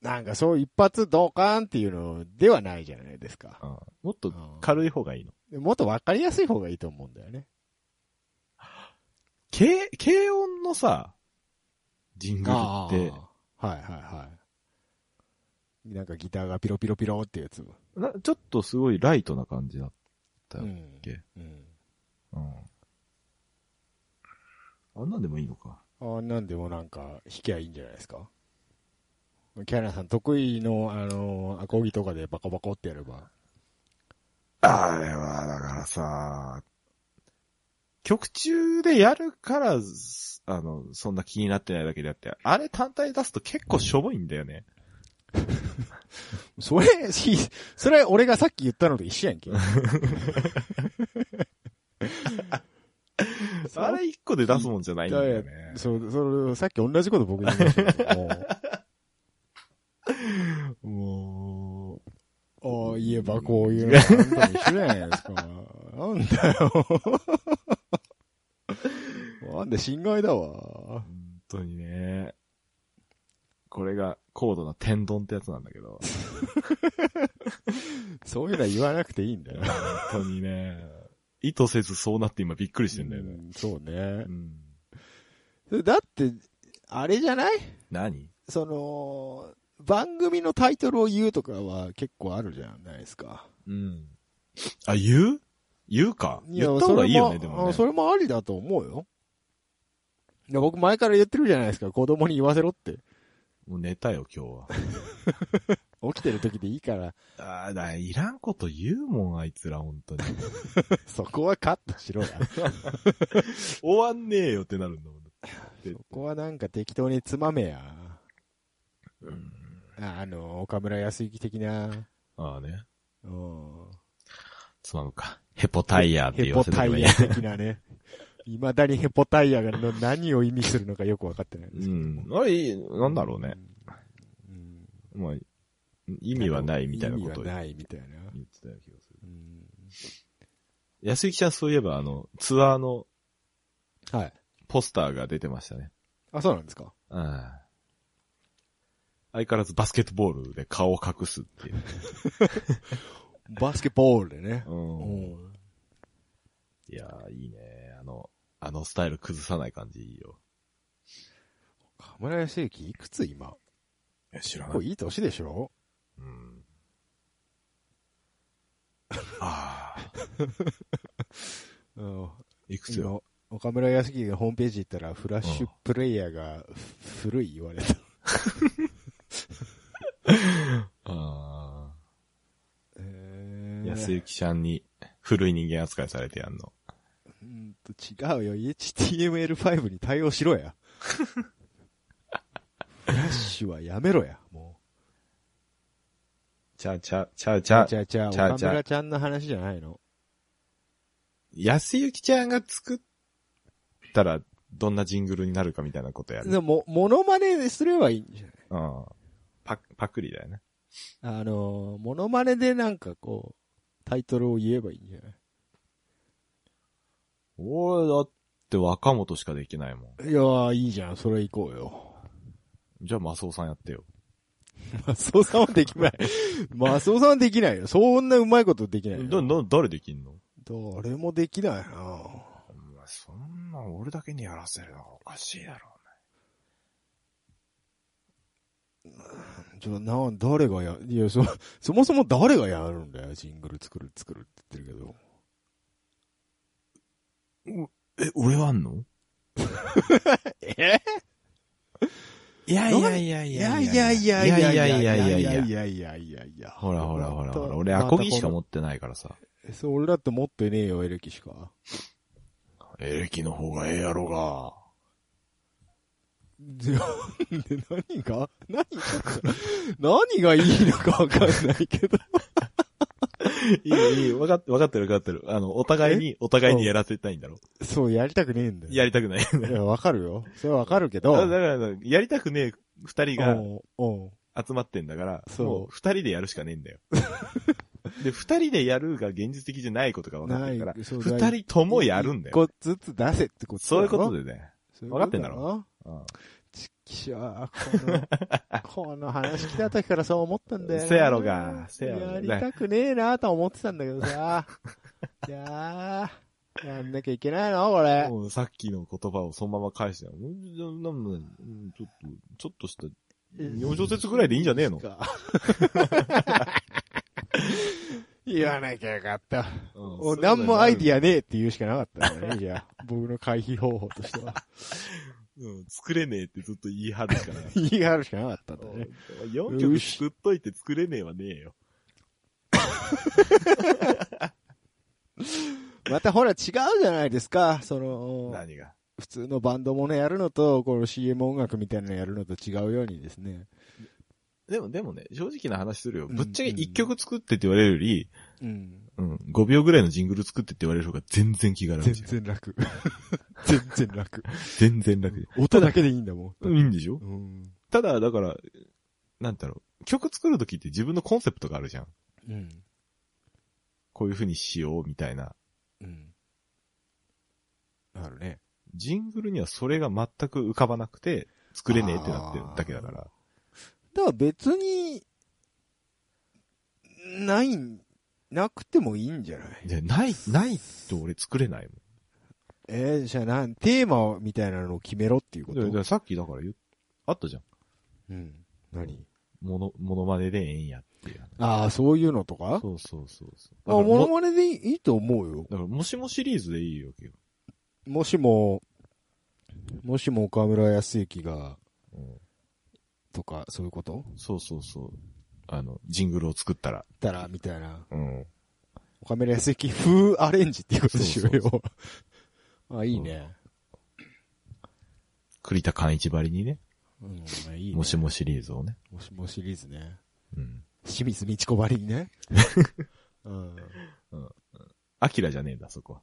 S1: なんかそう一発ドカーンっていうのではないじゃないですか。
S2: うんもっと軽い方がいいの。
S1: でもっとわかりやすい方がいいと思うんだよね。
S2: 軽、軽音のさ、ジングル
S1: あ
S2: って、
S1: あはいはいはい。なんかギターがピロピロピロってやつ。
S2: なちょっとすごいライトな感じだった
S1: う
S2: よ。
S1: ん
S2: け
S1: うん。
S2: うん。あんなんでもいいのか。
S1: あなんでもなんか弾きゃいいんじゃないですかキャナさん得意の、あのアコギとかでバコバコってやれば。
S2: あれは、だからさ、曲中でやるから、すあの、そんな気になってないだけであって、あれ単体出すと結構しょぼいんだよね。
S1: それ、しそれ俺がさっき言ったのと一緒や んけ。そう
S2: あれ一個で出すもんじゃないんだよね。
S1: そう、それ、さっき同じこと僕に言いましたけども。
S2: も
S1: ああ、言えばこういうのあんたも一緒じゃないですか。なんだよ。なんで侵害だわ
S2: う、。本当にね。これが高度な天丼ってやつなんだけど。
S1: そういうのは言わなくていいんだよ。
S2: 本当にね。意図せずそうなって今びっくりしてんだよね。
S1: うんそうね
S2: う。ん。
S1: だって、あれじゃない
S2: 何
S1: その、番組のタイトルを言うとかは結構あるじゃないですか。
S2: うん。あ、言う言うか。
S1: いや
S2: 言った方がいいよね、
S1: そ
S2: で
S1: れ
S2: もね。
S1: それもありだと思うよ。いや僕前から言ってるじゃないですか。子供に言わせろって。
S2: もう寝たよ、今日は。
S1: 起きてる時でいい から、
S2: ああ、だ、いらんこと言うもん、あいつら、本当に。
S1: そこはカットしろや。
S2: 終わんねえよってなるんだもん。
S1: そこはなんか適当につまめや。
S2: うん、
S1: ああの、岡村康之的な。
S2: ああね。
S1: うん。
S2: つまむか。ヘポタイヤって
S1: ヘ
S2: 言わ
S1: ポ
S2: せて
S1: タ
S2: もい
S1: イ
S2: い
S1: ヤ。的なね。未だにヘポタイヤがの何を意味するのかよくわかってないんで
S2: う
S1: すけど
S2: ん
S1: も。。
S2: あれ、いいなんだろうね。
S1: うん。
S2: まあ、意味はないみたいなことを
S1: 意味
S2: 言
S1: は
S2: っ
S1: ないみたいな。
S2: てたような気がする。
S1: うん
S2: 安行ちゃん、そういえば、あの、ツアーの
S1: はい。
S2: ポスターが出てましたね。
S1: あ、そうなんですか
S2: うん。相変わらずバスケットボールで顔を隠すっていう。
S1: バスケボールでね。
S2: うん。
S1: うん
S2: いやー、いいね。あの、あのスタイル崩さない感じいいよ。
S1: 岡村康之いくつ今
S2: いや、知ら
S1: これいい年でしょ
S2: うん。ああ、
S1: うん。
S2: いくつよ。
S1: 今、岡村康之がホームページ行ったら、フラッシュプレイヤーが古い言われた。
S2: あ
S1: え
S2: あ、安幸ちゃんに古い人間扱いされてやんの。
S1: うんと違うよ。HTML5 に対応しろや。フラッシュはやめろや。も
S2: ちゃうちゃう、ちゃうち
S1: う。
S2: ゃう
S1: じ。ゃあじゃあ、
S2: ちゃ
S1: 岡
S2: うちゃう
S1: 村ちゃんの話じゃないの。
S2: 安幸ちゃんが作ったら、どんなジングルになるかみたいなことやる。
S1: でも、モノマネすればいいんじゃない
S2: うん。パク、パクリだよね。
S1: あのー、モノマネでなんかこう、タイトルを言えばいいんじゃない
S2: おー、だって若本しかできないもん。
S1: いやー、いいじゃん。それ行こうよ。
S2: じゃあ、マスオさんやってよ。
S1: マスオさんはでき ない。マスオさんはできないよ。そんなうまいことできないよ。
S2: ど、ど、誰できんの
S1: 誰もできないな
S2: お前、そんな俺だけにやらせるのがおかしいだろ。
S1: じゃあ、な、誰がや、いや、そ、そもそも誰がやるんだよ。ジングル作る、作るって言ってるけど。
S2: え、俺はあんの
S1: え
S2: いや
S1: いや
S2: いや
S1: い
S2: い
S1: やいやいやいやいやいやいやいやいやいやいやいやいや。
S2: ほらほらほらほら、俺
S1: また
S2: アコギしか持ってないからさ。
S1: そう、俺だって持ってねえよ、エレキしか。
S2: エレキの方がええやろが。
S1: で、なんで何が何が何がいいのかわかんないけど。
S2: いい、いい、わかって、わかってるわかってる。あの、お互いに、お互いにやらせたいんだろ。
S1: そう、やりたくねえんだよ。
S2: やりたく ない。だか
S1: いや、わかるよ。それはわかるけど。
S2: ら、やりたくねえ二人
S1: う
S2: が、
S1: んうん
S2: 集まってんだから、
S1: そう
S2: もう二人でやるしかねえんだよ。 で、二人でやるが現実的じゃないことが分かってるから、
S1: ないそう
S2: 二人ともやるんだ
S1: 一
S2: よ。
S1: 個ずつ出せってことだろ
S2: そういうこと。でね。
S1: そういう
S2: わかってんだろうん
S1: ちっきしょこの、 この話聞いた時からそう思ったんだよな。
S2: せやろがせやろが
S1: やりたくねえなとは思ってたんだけど さ。いやー、やんなきゃいけないのこれ。
S2: もうさっきの言葉をそのまま返して、うんじゃなんもないうんちょっと、ちょっとした、四小節ぐらいでいいんじゃねえの、
S1: か 言わなきゃよかった。おなんもアイディアねえって言うしかなかったんだね、じゃあ。僕の回避方法としては。
S2: ア、うん、作れねえってずっと言い張るしかなかっ
S1: 言い張るしかなかったん
S2: た
S1: だね。
S2: 4曲作っといて作れねえはねえよ。
S1: またほら違うじゃないですか。その、
S2: 何が。
S1: 普通のバンドものやるのと、この CM 音楽みたいなのやるのと違うようにですね。
S2: でも、でもね、正直な話するよ。
S1: うん
S2: ぶっちゃけ1曲作ってって言われるより、
S1: うん。
S2: うん、5秒ぐらいのジングル作ってって言われる方が全然気が楽
S1: 全
S2: じゃん。
S1: 然 楽。全然楽。
S2: 全然楽じ
S1: 音だけでいいんだも
S2: ゃ
S1: ん。
S2: ん。いいんでしょ
S1: うん。
S2: ただ、だから、なんだろう。曲作るときって自分のコンセプトがあるじゃん。
S1: うん。
S2: こういう風にしようみたいな。
S1: うん。あるね。
S2: ジングルにはそれが全く浮かばなくて、作れねえってなってるだけだから。
S1: だから別に、ないん、なくてもいいんじゃない
S2: で、ない、ないって俺作れない
S1: えー、じゃあなん、テーマみたいなのを決めろっていうこ
S2: もん。
S1: と
S2: ででさっきだから言っ、あったじゃん。
S1: うん。何
S2: もの、ものまねでええんやっていう。
S1: ああ、そういうのとか
S2: そうそうそうそう。
S1: あ、モノマ
S2: も
S1: ネでいいいいと思うよ。
S2: だから、もしもシリーズでいいよ、結
S1: もしも、もしも岡村康之が、
S2: 構
S1: とか、そういうこと
S2: うんそうそうそう。あの、ジングルを作ったら。
S1: だら、みたいな。
S2: うん。
S1: 岡村康之風アレンジっていうことでしょ
S2: そう
S1: よ。 あ、いいね。
S2: 栗田寛一ばりにね、
S1: うん、いいね。
S2: もし。もシリーズをね。
S1: もしもシリーズね。
S2: うん。
S1: 清水美智子ばりにね。 うん。
S2: アキラじゃねえんだ、そこは。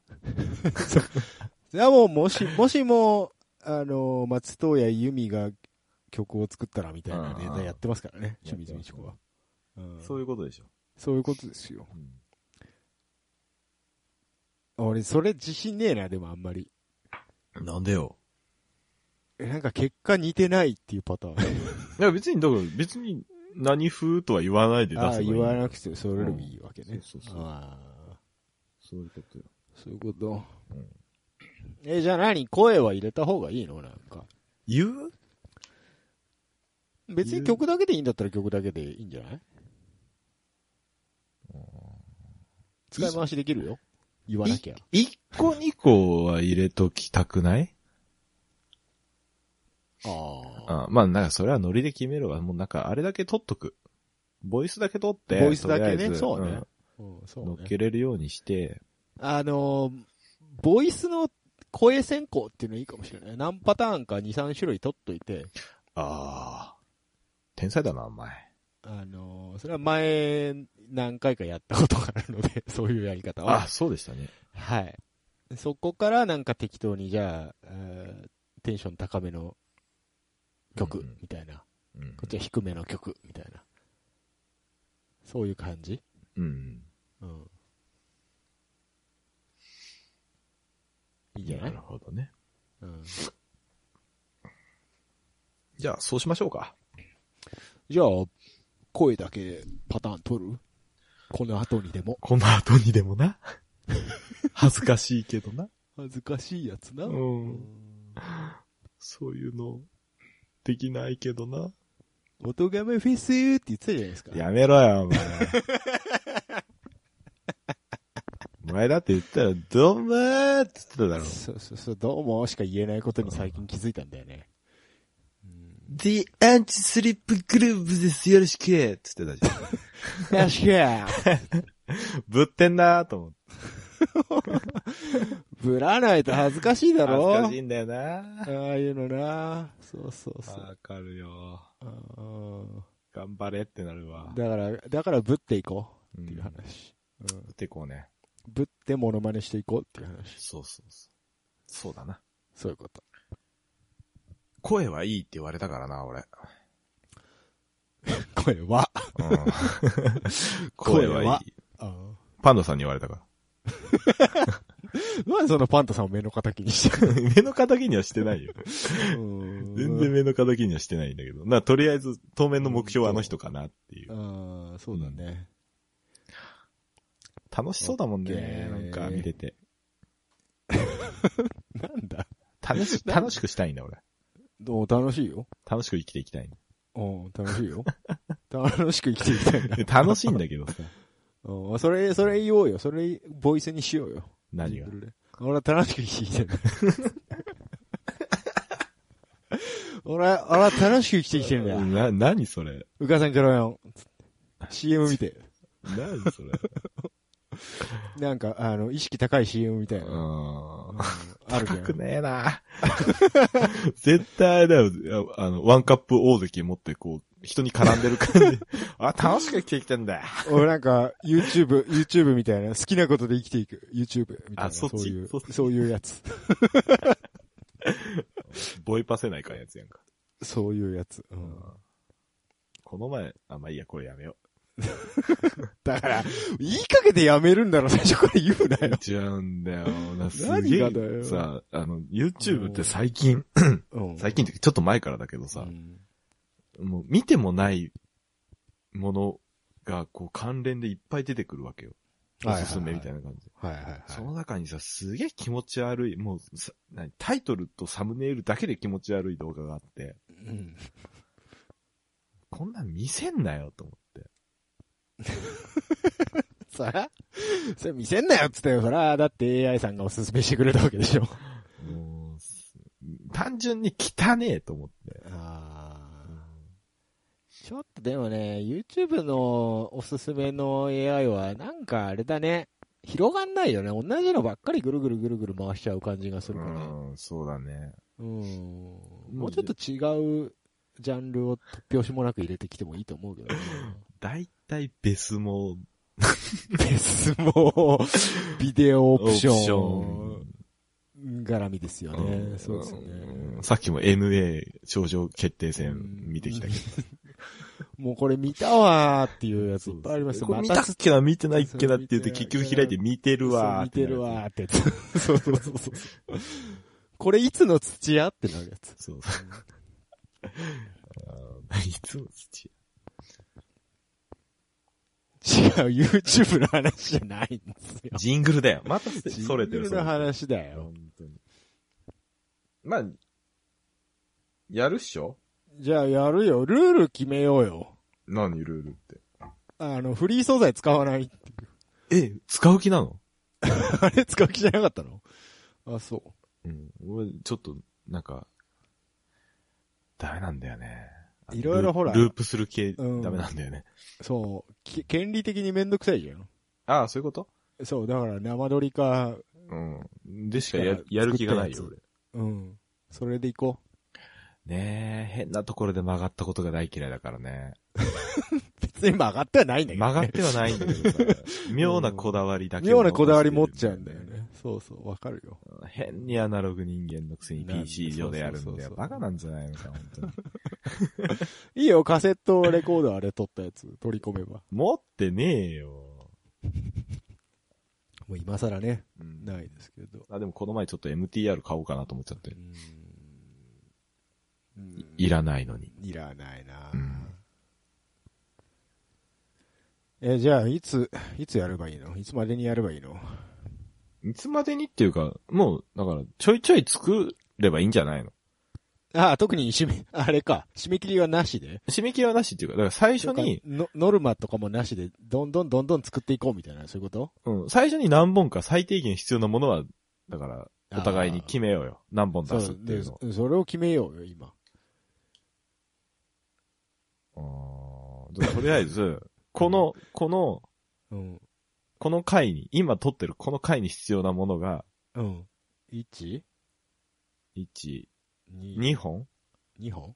S1: じゃあもう、もし、もしも、あの、松任谷由実が曲を作ったらみたいなネタやってますからね、
S2: うん
S1: 清水美智子は。うん、
S2: そういうことでしょ。
S1: そういうことですよ。
S2: うん。
S1: 俺、それ自信ねえな、でもあんまり。
S2: なんでよ。
S1: えなんか結果似てないっていうパ ターン。
S2: いや、別に、だから、別に、何風とは言わないで出せ
S1: あ
S2: ば
S1: あ、
S2: いい。
S1: 言わなくて、それでもいいわけ
S2: う
S1: ね
S2: ん。そうそうそう
S1: ああ
S2: そういうことよ。
S1: そういうこと。
S2: うん
S1: え、じゃあ何声は入れた方がいいのなんか。
S2: 言う
S1: 別に曲だけでいいんだったら曲だけでいいんじゃない使い回しできるよ。言わなきゃ。
S2: 一個二個は入れときたくない
S1: ああ。
S2: あまあ、なんかそれはノリで決めるわ。もうなんかあれだけ取っとく。ボイスだけ取って。
S1: ボイスだけ
S2: とりあ
S1: ね。
S2: えず
S1: そうねう
S2: ん。
S1: ん、
S2: 乗
S1: そう
S2: っ
S1: ね。
S2: けれるようにして。
S1: あのー、ボイスの声選考っていうのいいかもしれない。何パターンか2、3種類取っといて、
S2: ああ。天才だな、お前。
S1: あのー、それは前何回かやったことがあるので、 そういうやり方は。
S2: あ、そうでしたね。
S1: はい。そこからなんか適当に、じゃあ、えーテンション高めの曲
S2: うんうん
S1: みたいな。
S2: うん
S1: こっちは低めの曲みたいな。そういう感じ
S2: うん。
S1: うん。いいんじゃな
S2: ないるほどね。
S1: うん。
S2: じゃあ、そうしましょうか。
S1: じゃあ、声だけパターン取るこの後にでも。
S2: この後にでもな。恥ずかしいけどな。
S1: 恥ずかしいやつな。
S2: うん。そういうの、できないけどな。
S1: 音がめフェスって言ってたじゃないですか。
S2: やめろよ、 お前。お前だって言ったら、どうもーって言ってただろ。
S1: そうそうそう、どうもしか言えないことに最近気づいたんだよね。
S2: The Anti-Slip Group です、よろしくって言ってたじゃん。
S1: よしゃ
S2: ぶってんなーと思って。
S1: ぶらないと恥ずかしいだろ
S2: 恥ずかしいんだよなー。
S1: ああいうのな。そうそうそう。
S2: わかるよ
S1: うん
S2: ー。頑張れってなるわ。
S1: だから、だからぶっていこうっていう
S2: うん
S1: 話。うん
S2: ぶってこうね。
S1: ぶってモノマネしていこうっていう話。
S2: そうそうそう。そうだな。
S1: そういうこと。
S2: 声はいいって言われたからな、俺。
S1: 声は。
S2: うん
S1: 声
S2: 声
S1: は
S2: はいい。
S1: あ
S2: パンダさんに言われたか
S1: ーなんでそのパンタさんを目の敵にして
S2: ら。目の敵にはしてないよ。
S1: る
S2: 全然目の敵にはしてないんだけど。な、とりあえず、当面の目標はあの人かなっていう。
S1: ああ、そうだね。
S2: 楽しそうだもんね。
S1: オ
S2: な
S1: ッケー
S2: んか見てて。
S1: なんだ
S2: 楽し、 楽しくしたいんだ俺。
S1: どう楽しいよ。
S2: 楽しく生きていきたいんだ。
S1: うん、楽しいよ。楽しく生きていきたいな。
S2: で楽しいんだ けどさ。
S1: うん、それ、それ言おうよ。それ、ボイスにしようよ。
S2: 何が
S1: ジン。グルで俺は楽しく生きていきた い。俺は、俺は楽しく生きていきてるんだよ。
S2: な、何それ
S1: うかさんケロヨン。CM 見て。
S2: 何そ れ
S1: なんか、あの、意識高い CM みたいうな。
S2: ーん。
S1: あるじゃ
S2: 高く
S1: ん。
S2: ねえ な絶対だよ。あの、ワンカップ大関持ってこう、人に絡んでる感じ。 あ、楽しく生きてきてんだよ。
S1: 俺なんか、YouTube、YouTube みたいな。好きなことで生きていく。YouTube みたいな。
S2: あそっち
S1: ういう
S2: そっ、ち
S1: そういうやつ。
S2: ボイパせないかんやつやんか。
S1: そういうやつ。うん
S2: この前、あ、まあ、いいや、これやめよ
S1: だから、言いかけてやめるんだろ、最初から言うな
S2: う
S1: よ。。
S2: 違うんだよ。 なすげ
S1: 何がだよ
S2: え、さ、あの、YouTube って最近、
S1: うん
S2: 最近っていうかちょっと前からだけどさ、
S1: うん
S2: もう見てもないものが、こう関連でいっぱい出てくるわけよ。おすすめみたいな感じ。
S1: はいはいはい。
S2: その中にさ、すげえ気持ち悪い、もうさ、何タイトルとサムネイルだけで気持ち悪い動画があって、
S1: うん
S2: こんなん見せんなよと思って。
S1: そら、それ見せんなよっつったよ。そら、だって AI さんがおすすめしてくれたわけでしょ。
S2: もうす、単純に汚ねえと思って。
S1: あちょっとでもね、YouTube のおすすめの AI は、なんかあれだね。広がんないよね。同じのばっかりぐるぐるぐるぐる回しちゃう感じがするから。
S2: うん、そうだね。
S1: うん。もうちょっと違うジャンルを突拍子もなく入れてきてもいいと思うけどね。
S2: だいたいベスも
S1: ベスも、ビデオオ
S2: オ
S1: プ
S2: プ
S1: シ
S2: シ
S1: ョ
S2: ョ
S1: ン
S2: ン、
S1: 絡みですよね。そうですね。
S2: んさっきも NA 頂上決定戦見てきたけど。
S1: もうこれ見たわーっていうやつ いっぱいありますよ。
S2: これ
S1: ま
S2: 見
S1: た
S2: たっけな、見てないっけなって言っ
S1: そ
S2: て
S1: う
S2: 結局開いて見てるわー
S1: 見
S2: って
S1: て
S2: な
S1: るわーってやつ。 そうそうそうそう。これいつの土屋ってなるやつ。
S2: そう そう。あーいつも土
S1: 違う、YouTube の話じゃないんです よ。
S2: ジングルだよ。またそれてる。
S1: ジングルの話だよ。
S2: 本当に。まあ、やるっしょ
S1: じゃあやるよ。ルール決めようよ。
S2: 何ルールって。
S1: あの、フリー素材使わないっていう。
S2: え、使う気なの
S1: あれ使う気じゃなかったのあ、そう。
S2: うん。俺、ちょっと、なんか、ダメなんだよね。
S1: いろいろほら
S2: ルループする系、ダ
S1: うん
S2: メなんだよね。
S1: そう。き権利的にめんどくさいじゃん。
S2: ああ、そういうこと
S1: そう、だから生撮りか、
S2: うん。でしかややる気がないよ、
S1: 作っ
S2: 俺。
S1: うん。それでいこ
S2: ねえ、変なところで曲がったことが大嫌いだからね。
S1: う。別に曲がってはないんだけど、ね。
S2: 曲がってはないんだけどさ、 妙なこだわりだけを
S1: 妙
S2: 持た
S1: な
S2: せてる。
S1: こだわり持っちゃうんだよね。そうそう、わかるよ。
S2: 変にアナログ人間のくせに
S1: なんで
S2: PC 上でやる
S1: そ
S2: ん
S1: うそうそうそ
S2: だよ。
S1: う
S2: バカなんじゃないのか、本当に。
S1: いいよ、カセットレコードあれ撮ったやつ、取り込めば。
S2: 持ってねえよ。
S1: もう今更ね、
S2: うん
S1: ないですけど。
S2: あ、でもこの前ちょっと MTR 買おうかなと思っちゃっ
S1: う
S2: て
S1: ー。んうん
S2: いらないのに。
S1: いらないな、
S2: うん
S1: え、じゃあ、いつ、いつやればいいのいつまでにやればいいの
S2: いつまでにっていうか、もう、だから、ちょいちょい作ればいいんじゃないの
S1: ああ、特に締め、あれか、締め切りはなしで
S2: 締め切りはなしっていうか、だから最初に、
S1: のノルマとかもなしで、どんどんどんどん作っていこうみたいな、そういうこと
S2: うん、最初に何本か最低限必要なものは、だから、お互いに決めようよ。何本出すっていうのを
S1: そうでそれを決めようよ、今。
S2: あーじゃあとりあえず、 この、この、
S1: うん。
S2: この回に、今撮ってるこの回に必要なものが、
S1: うん。1、
S2: 1、
S1: 2、
S2: 2本
S1: 2本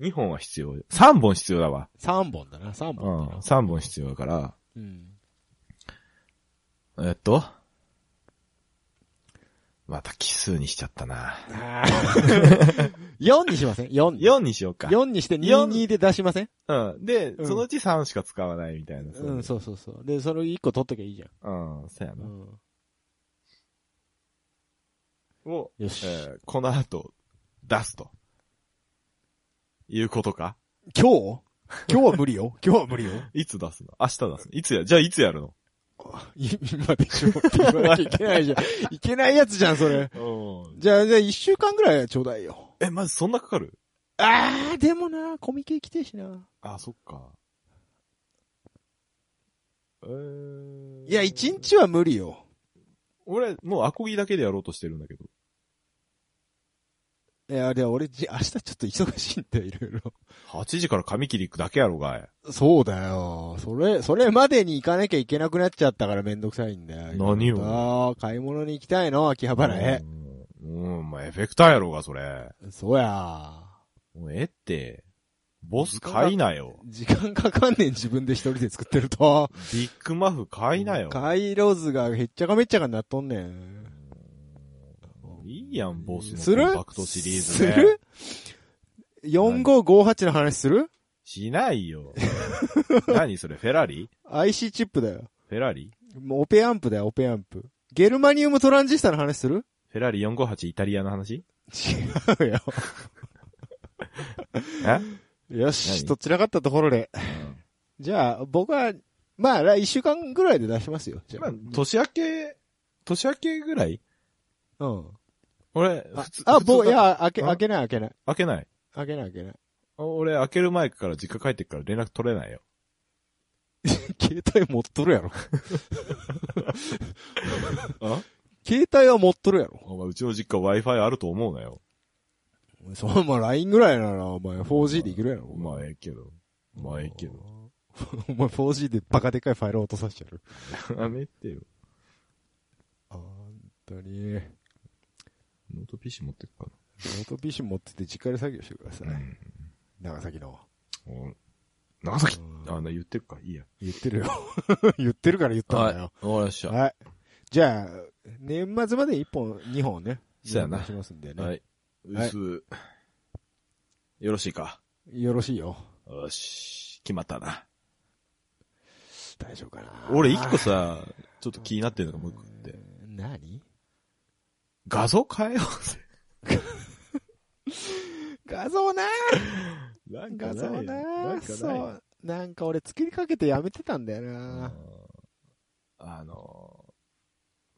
S2: ?2 本は必要。3本必要だわ。
S1: ?3 本だな、3
S2: う
S1: 本
S2: ん
S1: だ。な。
S2: 3本必要だから、
S1: うん。
S2: えっと、また奇数にしちゃったな。
S1: あー4にしません ?4。
S2: 4にしようか。
S1: 4にして
S2: 四
S1: 22で出しません
S2: うん。で、
S1: うん
S2: そのうち3しか使わないみたいな。
S1: うん、そうそうそう。で、それを1個取っときゃいいじゃん。
S2: う。うん、そうや
S1: う
S2: な。
S1: ん。
S2: を、
S1: よし
S2: えーこの後、出すと。いうことか
S1: 今日今日は無理よ。今日は無理 よ。
S2: いつ出すの明日出すのいつや、じゃあいつやるの
S1: 今でしょって言わなきゃいけないじゃん。いけないやつじゃん、それ。
S2: うん。
S1: じゃあ、じゃあ1週間ぐらいはちょうだいよ。
S2: え、まずそんなかかる
S1: あー、でもな、コミケ来てえしな。
S2: あ、そっか。えー、
S1: いや、1日は無理よ。
S2: 俺、もうアコギだけでやろうとしてるんだけど。
S1: いや、でも俺、じ明日ちょっと忙しいんだよ、いろいろ。
S2: 8時から髪切り行くだけやろがい。
S1: そうだよ。それ、それまでに行かなきゃいけなくなっちゃったからめんどくさいんだよ。
S2: 何を
S1: あー買い物に行きたいの、秋葉原へ。
S2: うん、うんまあ、エフェクターやろうが、それ。
S1: そうや
S2: もうええって。ボス買いなよ。
S1: 時間かかんねん、自分で一人で作ってると。
S2: ビッグマフ買いなよ。
S1: 回路図がへっちゃかめっちゃかになっとんねん。
S2: いいやん、ボス
S1: す
S2: の
S1: る
S2: コンパクトシリーズ、
S1: す
S2: ね。
S1: る ?4558 の話する
S2: しない よ。何それ、フェラリ
S1: ?IC チップだよ。
S2: フェラリ
S1: もうオペアンプだよ、オペアンプ。ゲルマニウムトランジスタの話する
S2: フェラリ458イタリアの話
S1: 違うよ。
S2: え、
S1: よ
S2: 何
S1: し、どちらかったところで。
S2: う
S1: じゃあ、僕は、まあ、来一週間ぐらいで出しますよ。じ
S2: ん、
S1: ゃ
S2: まあ、年明け、年明けぐらい
S1: あ。うん。
S2: 俺、
S1: あ
S2: 普通、
S1: あ、
S2: 普通だ
S1: 僕、い、や、開け、
S2: あ
S1: 開けない、開けない。
S2: 開けない。
S1: 開けない、開けない。
S2: 俺、開ける前から実家帰ってっから連絡取れないよ。
S1: 携帯持っとるやろ。
S2: あ
S1: 携帯は持っとるやろ。
S2: お前、うちの実家 Wi-Fi あると思うなよ。
S1: そのまあ LINE ぐらいなら、お前 4G でいけるやろ。
S2: まあ、ええけど。まあ、ええけ ど。。
S1: お前 4G でバカでかいファイル落とさせちゃう。
S2: やめてよ。
S1: あんたに。ノ
S2: ノート PC 持ってくか
S1: ート PC 持ってて実家で作業してください。
S2: な。
S1: 長崎の。
S2: うん。長崎
S1: うん
S2: あ、な、言ってるか。いいや。
S1: 言ってるよ。 言ってるから言ったんだよ。
S2: わかりまし
S1: はい。じゃあ、年末まで1本、2本ね。
S2: そうやな
S1: お願いしますんでね。
S2: はい。うす、よろしいか。
S1: よろしいよ。
S2: よし。決まったな。
S1: 大丈夫かな。
S2: 俺、一個さ、ちょっと気になってるのがもう一個あって。
S1: 何
S2: 画像変えようぜ。
S1: 画像な
S2: なん
S1: 画像な
S2: なんか
S1: そ。
S2: ないう
S1: なんか俺作りかけてやめてたんだよな。
S2: あの、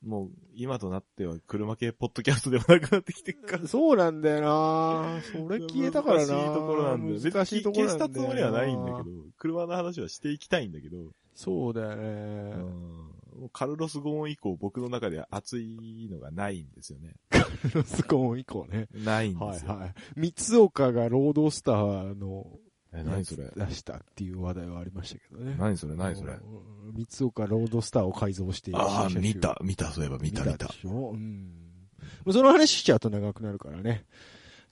S2: もう、今となっては車系ポッドキャストでもなくなってきてるから。
S1: そうなんだよなそれ消えたからな
S2: 難しいところなんだよ。
S1: 難しいところなんだよ
S2: 別に消したつもりはないんだけど、車の話はしていきたいんだけど、
S1: そうだよね。
S2: うんもうカルロス・ゴーン以降僕の中で熱いのがないんですよね。
S1: ロスコン以降ね。
S2: ないんで
S1: はい
S2: すよ。
S1: はい。三岡がロードスターの
S2: え、何それ
S1: やつ出したっていう話題はありましたけどね。
S2: 何それ何それ
S1: うん三岡ロードスターを改造して。
S2: ああ、
S1: 新車種
S2: 見。た、見た、そういえば見た見た
S1: で。しょうん。もうその話しちゃうと長くなるからね。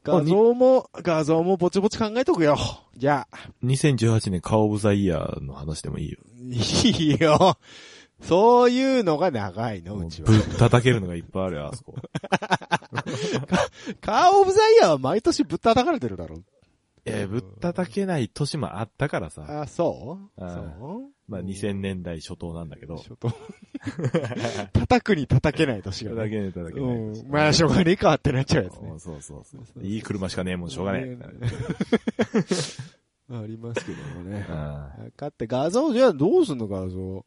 S2: まあ
S1: 画像も、画像もぼちぼち考えとくよ。じゃあ。
S2: 2018年カーオブザイヤーの話でもいいよ。
S1: いいよ。そういうのが長いの、
S2: もう
S1: うちは
S2: ぶ。っ叩けるのがいっぱいあるよ、あそ こ。
S1: カーオブザイヤーは毎年ぶったたかれてるだろ。
S2: えーぶったたけない年もあったからさ。
S1: あ、そう
S2: あ
S1: そう
S2: まあ、2000年代初頭なんだけど。
S1: ちょっと 叩くに叩けない年が
S2: 叩
S1: ね。
S2: けねえ、叩け
S1: う
S2: ね
S1: ん
S2: え。。
S1: まあ、しょうがねえかってなっちゃうやつ
S2: う
S1: ね
S2: ん。そうそうそう。いい車しかねえもん、しょうがねえ。
S1: え。 ありますけどもね。
S2: あ
S1: 分かって、画像、じゃあどうすんの画像。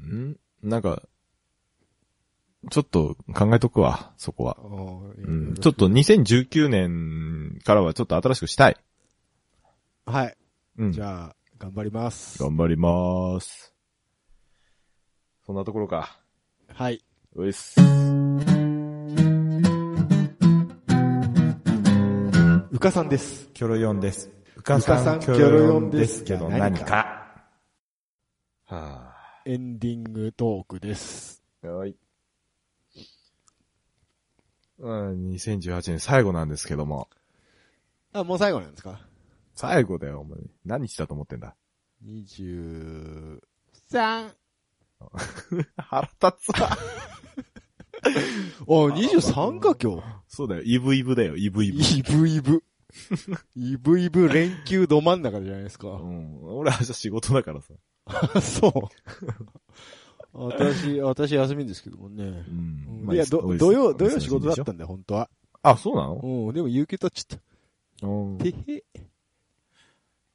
S2: ーんなんか、ちょっと考えとくわ、そこは。う、
S1: うん
S2: ちょっと2019年からはちょっと新しくしたい。
S1: と。はい。
S2: うん。
S1: じゃあ、頑張ります。
S2: 頑張りまーす。そんなところか。
S1: はい。
S2: ういっす。
S1: うかさんです。
S2: キョロヨンです。うか
S1: さんうかさんキョロヨンですけど何
S2: か。は
S1: エンディングトークです。
S2: ぁ、はい。うん、2018年最後なんですけども。
S1: あ、もう最後なんですか
S2: 最後だよ、お前。何日だと思ってんだ。
S1: ?23。
S2: 腹立つわ。
S1: お、23か今日。
S2: そうだよ、イブイブだよ、イブイブ。
S1: イブイブ。イブイブ連休ど真ん中じゃないです
S2: う
S1: か。
S2: ん。俺明日仕事だからさ。
S1: そう。私、私休みですけどもね
S2: う。ん。まあ
S1: いや、ど土曜、土曜仕事だっ。
S2: お忙しい
S1: た
S2: でし
S1: んだよ、本当は。
S2: ょあ、そうなの
S1: うん、でも有給取っちゃっ
S2: うん
S1: た。てへ。
S2: へ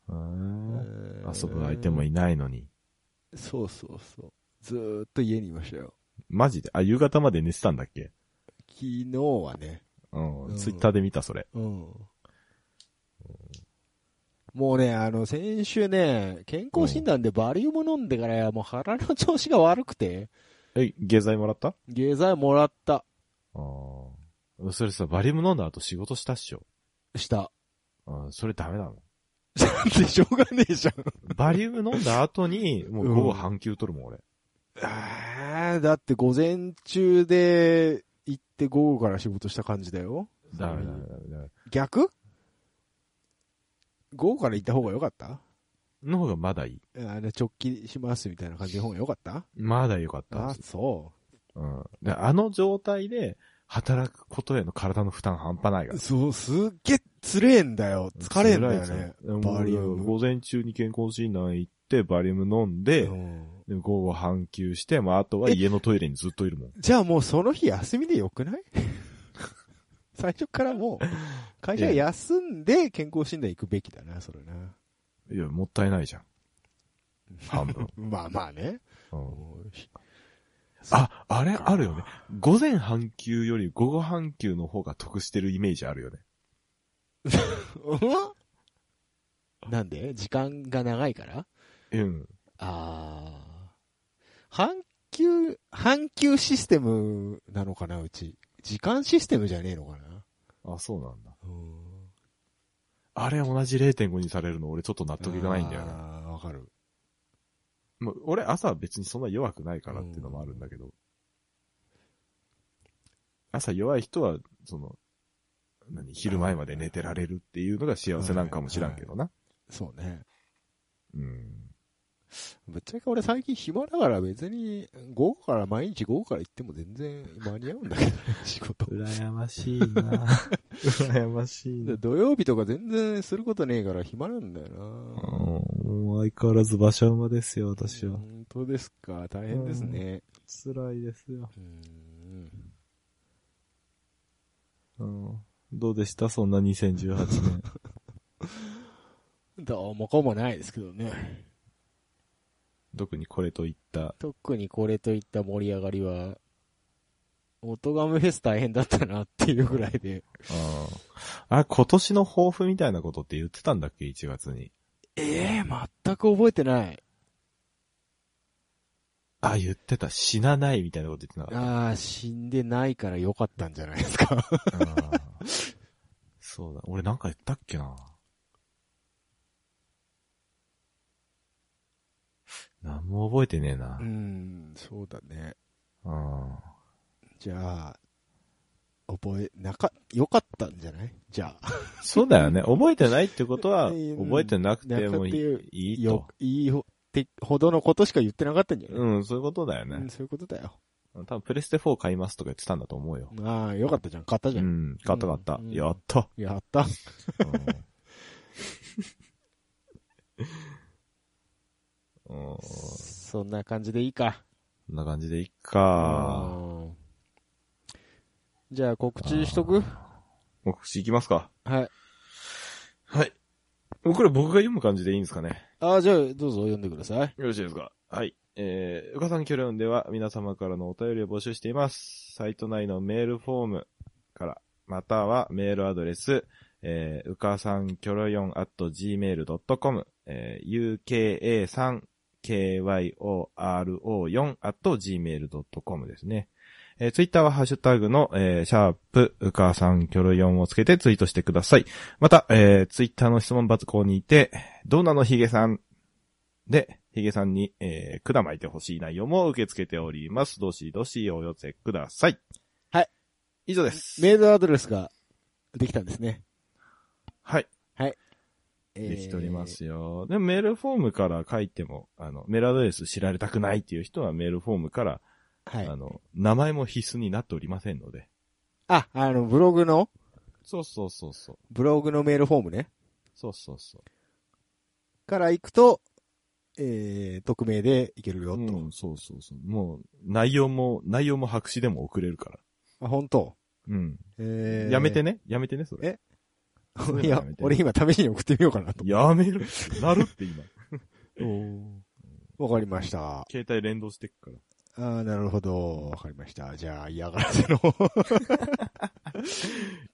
S2: ー遊ぶ相手も
S1: い
S2: いないのに。
S1: そうそうそう。ずーっと家にいましたよ。
S2: マジであ、夕方まで寝てたんだっけ
S1: 昨日はね。
S2: う。
S1: うんん
S2: ツイッターで見た、それ。
S1: うん。もうね、あの、先週ね、健康診断でバリウム飲んでから、もう腹の調子が悪くて、
S2: え、下剤もらった
S1: 下剤もらった、
S2: ああ。それさ、バリウム飲んだ後仕事したっしょ。
S1: した。
S2: うん、それダメなの。
S1: だってしょうがねえじゃん。
S2: バリウム飲んだ後に、もう午後半休取るもん、俺。
S1: あーだって午前中で行って午後から仕事した感じだよ。
S2: ダメダメダメダメ。
S1: 逆午後から行った方が良かった
S2: の方がまだいい。
S1: あの直帰しますみたいな感じの方が良かった
S2: まだよかったはず。
S1: そ
S2: うん。であの状態で、働くことへの体の負担半端ないから。
S1: そう、すっげえつれえんだよ。疲れんだよね。バ
S2: バ
S1: リ
S2: リ
S1: ウ
S2: ウ
S1: ム
S2: ム。午前中に健康診断行って、バリウム飲んで、
S1: うん
S2: で午後半休して、まあ、あとは
S1: え
S2: 家のトイレにずっといるもん。
S1: じゃあもうその日休みでよくない 最初からもう、会社休んで健康診断行くべきだな、それな。
S2: いや、もったいないじ ゃん。半分。
S1: まあまあね。
S2: うんあ、あれあるよね。午前半休より午後半休の方が得してるイメージあるよね。
S1: うんなんで時間が長いから
S2: うん。
S1: ああ。半球、半球システムなのかな、うち。時間システムじゃねえのかな。
S2: あ、そうなんだ。
S1: うん。
S2: あれ同じ0.5にされるの俺ちょっと納得いかないんだよね。
S1: ああ、わかる。
S2: まあ、俺朝は別にそんな弱くないからっていうのもあるんだけど。朝弱い人は、その、何、昼前まで寝てられるっていうのが幸せなんかもしらんけどな。
S1: そうね。
S2: うん。
S1: ぶっちゃけ俺最近暇だから別に、午後から毎日午後から行っても全然間に合うんだ けどね、仕事。
S2: 羨ましいな羨ましい
S1: で土曜日とか全然することねえから暇なんだよな。
S2: もう相変わらず馬車馬ですよ、私は。
S1: 本当ですか、大変ですね。
S2: 辛いですよ。
S1: うん
S2: うん。どうでしたそんな2018年。
S1: どうもこうもないですけどね。
S2: 特にこれといった。
S1: 特にこれといった盛り上がりは、オトガムフェス大変だったなっていうぐらいで。
S2: ああ、今年の抱負みたいなことって言ってたんだっけ ?1 月に。
S1: ええ全く覚えてない。
S2: あ、言ってた。死なないみたいなこと言ってなかった。
S1: ああ、死んでないから良かったんじゃないですか。
S2: うん そうだ。俺なんか言ったっけな。なんも覚えてねえな。
S1: ん、そうだね。
S2: うん。
S1: じゃあ、覚え、なか、良かったんじゃないじゃあ、
S2: そうだよね。覚えてないってこと は、
S1: うん
S2: 覚えてなくてもい
S1: なく
S2: いいい
S1: よ
S2: と。、
S1: いいほってほどのことしか言ってなかったんじゃない、
S2: うん、そういうことだよ
S1: うん
S2: ね。
S1: そういうことだよ。
S2: 多分プレステ4買いますとか言ってたんだと思うよ。
S1: ああ、良かったじゃん。買ったじ
S2: う
S1: ゃん。
S2: ん、買った買った
S1: う。ん
S2: やった。
S1: やった。
S2: うん。うん
S1: そんな感じでいいか。
S2: こんな感じでいっか。
S1: うんじゃあ告知しとく
S2: もう告知いきますか。
S1: はい。
S2: はい。もうこれ僕が読む感じでいいんですかね。
S1: ああ、じゃあ、どうぞ読んでください。
S2: よろしいですかはい。えー、うかさんキョレオンでは皆様からのお便りを募集しています。サイト内のメールフォームから、またはメールアドレス、えー、うかさんキョレオン at gmail.com、えー、uka3kyor4 at gmail.com ですね。えー、ツイッターはハッシュタグの、えー、シャープ、うかさんキョロ4をつけてツイートしてください。また、えー、ツイッターの質問箱にいて、どうなのヒゲさんで、ヒゲさんに、えー、管巻いてほしい内容も受け付けております。どしどしお寄せください。
S1: はい。
S2: 以上です。
S1: メールアドレスができたんですね。
S2: はい。
S1: えー
S2: できておりま。すよ。でもメールフォームから書いても、あの、メールアドレス知られたくないっていう人はメールフォームから、
S1: はい。
S2: あ
S1: あ
S2: の、名前も必須になっておりませんので。
S1: あ、あの、ブログの、
S2: そうそうそうそう。
S1: ブログのメールフォームね。
S2: そうそうそう。
S1: から行くと、えー、匿名でいけるよと。
S2: うん、そうそうそう。もう、内容も、内容も白紙でも送れるから。
S1: あ、本当
S2: うん。
S1: えー、
S2: やめてね。やめてね、それ。そういうの
S1: いや
S2: やめ、て
S1: 俺今試しに送ってみようかなと。
S2: やめる。なるって今。
S1: わかりました。
S2: 携帯連動してっから。
S1: あーなるほど。わかりました。じゃあ、嫌がらせの、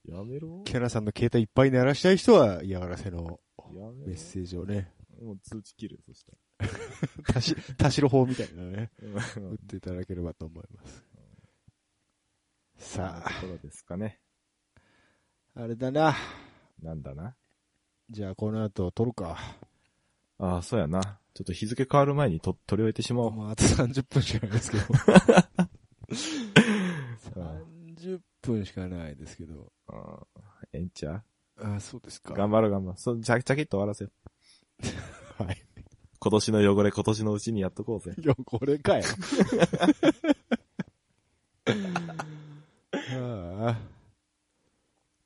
S2: やめろ。
S1: キャナさんの携帯いっぱい鳴らしたい人は、嫌がらせの
S2: やめ
S1: メッ
S2: ろ。
S1: セージをね、
S2: もう通知切る、そした
S1: たし、たしろ法みたいなのね、
S2: ら。
S1: 打っていただければと思います。
S2: さ
S1: さ
S2: あ。ところですかね。
S1: あ、あれだな。
S2: なんだな。
S1: じゃあ、この後撮るか。
S2: ああ、そうやな。ちょっと日付変わる前にと取り終えてしまおう。
S1: まあ、あと30分しかない ですけど。
S2: あ
S1: 30分しかないですけど。
S2: あええんちゃう
S1: あ、そうですか。
S2: 頑張ろう頑張ろう。そう、ちゃ、ちゃきっと終わらせよう。
S1: はい。
S2: 今年の汚れ今年のうちにやっとこうぜ。
S1: いや、これ かよ。ああ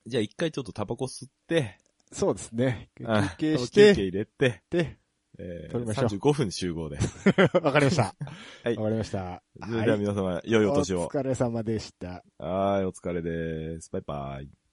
S2: じゃあ一回ちょっとタバコ吸って、
S1: そうですね。
S2: あ
S1: 休憩し
S2: タバコ休憩
S1: て、
S2: 入れて、
S1: で、
S2: え
S1: 撮りましょう
S2: ー、35分集合で。
S1: わかりました。
S2: はい
S1: わかりました。
S2: それでは皆様、良いお年を
S1: お。疲れ様でした。
S2: はーい、お疲れです。バイバイ。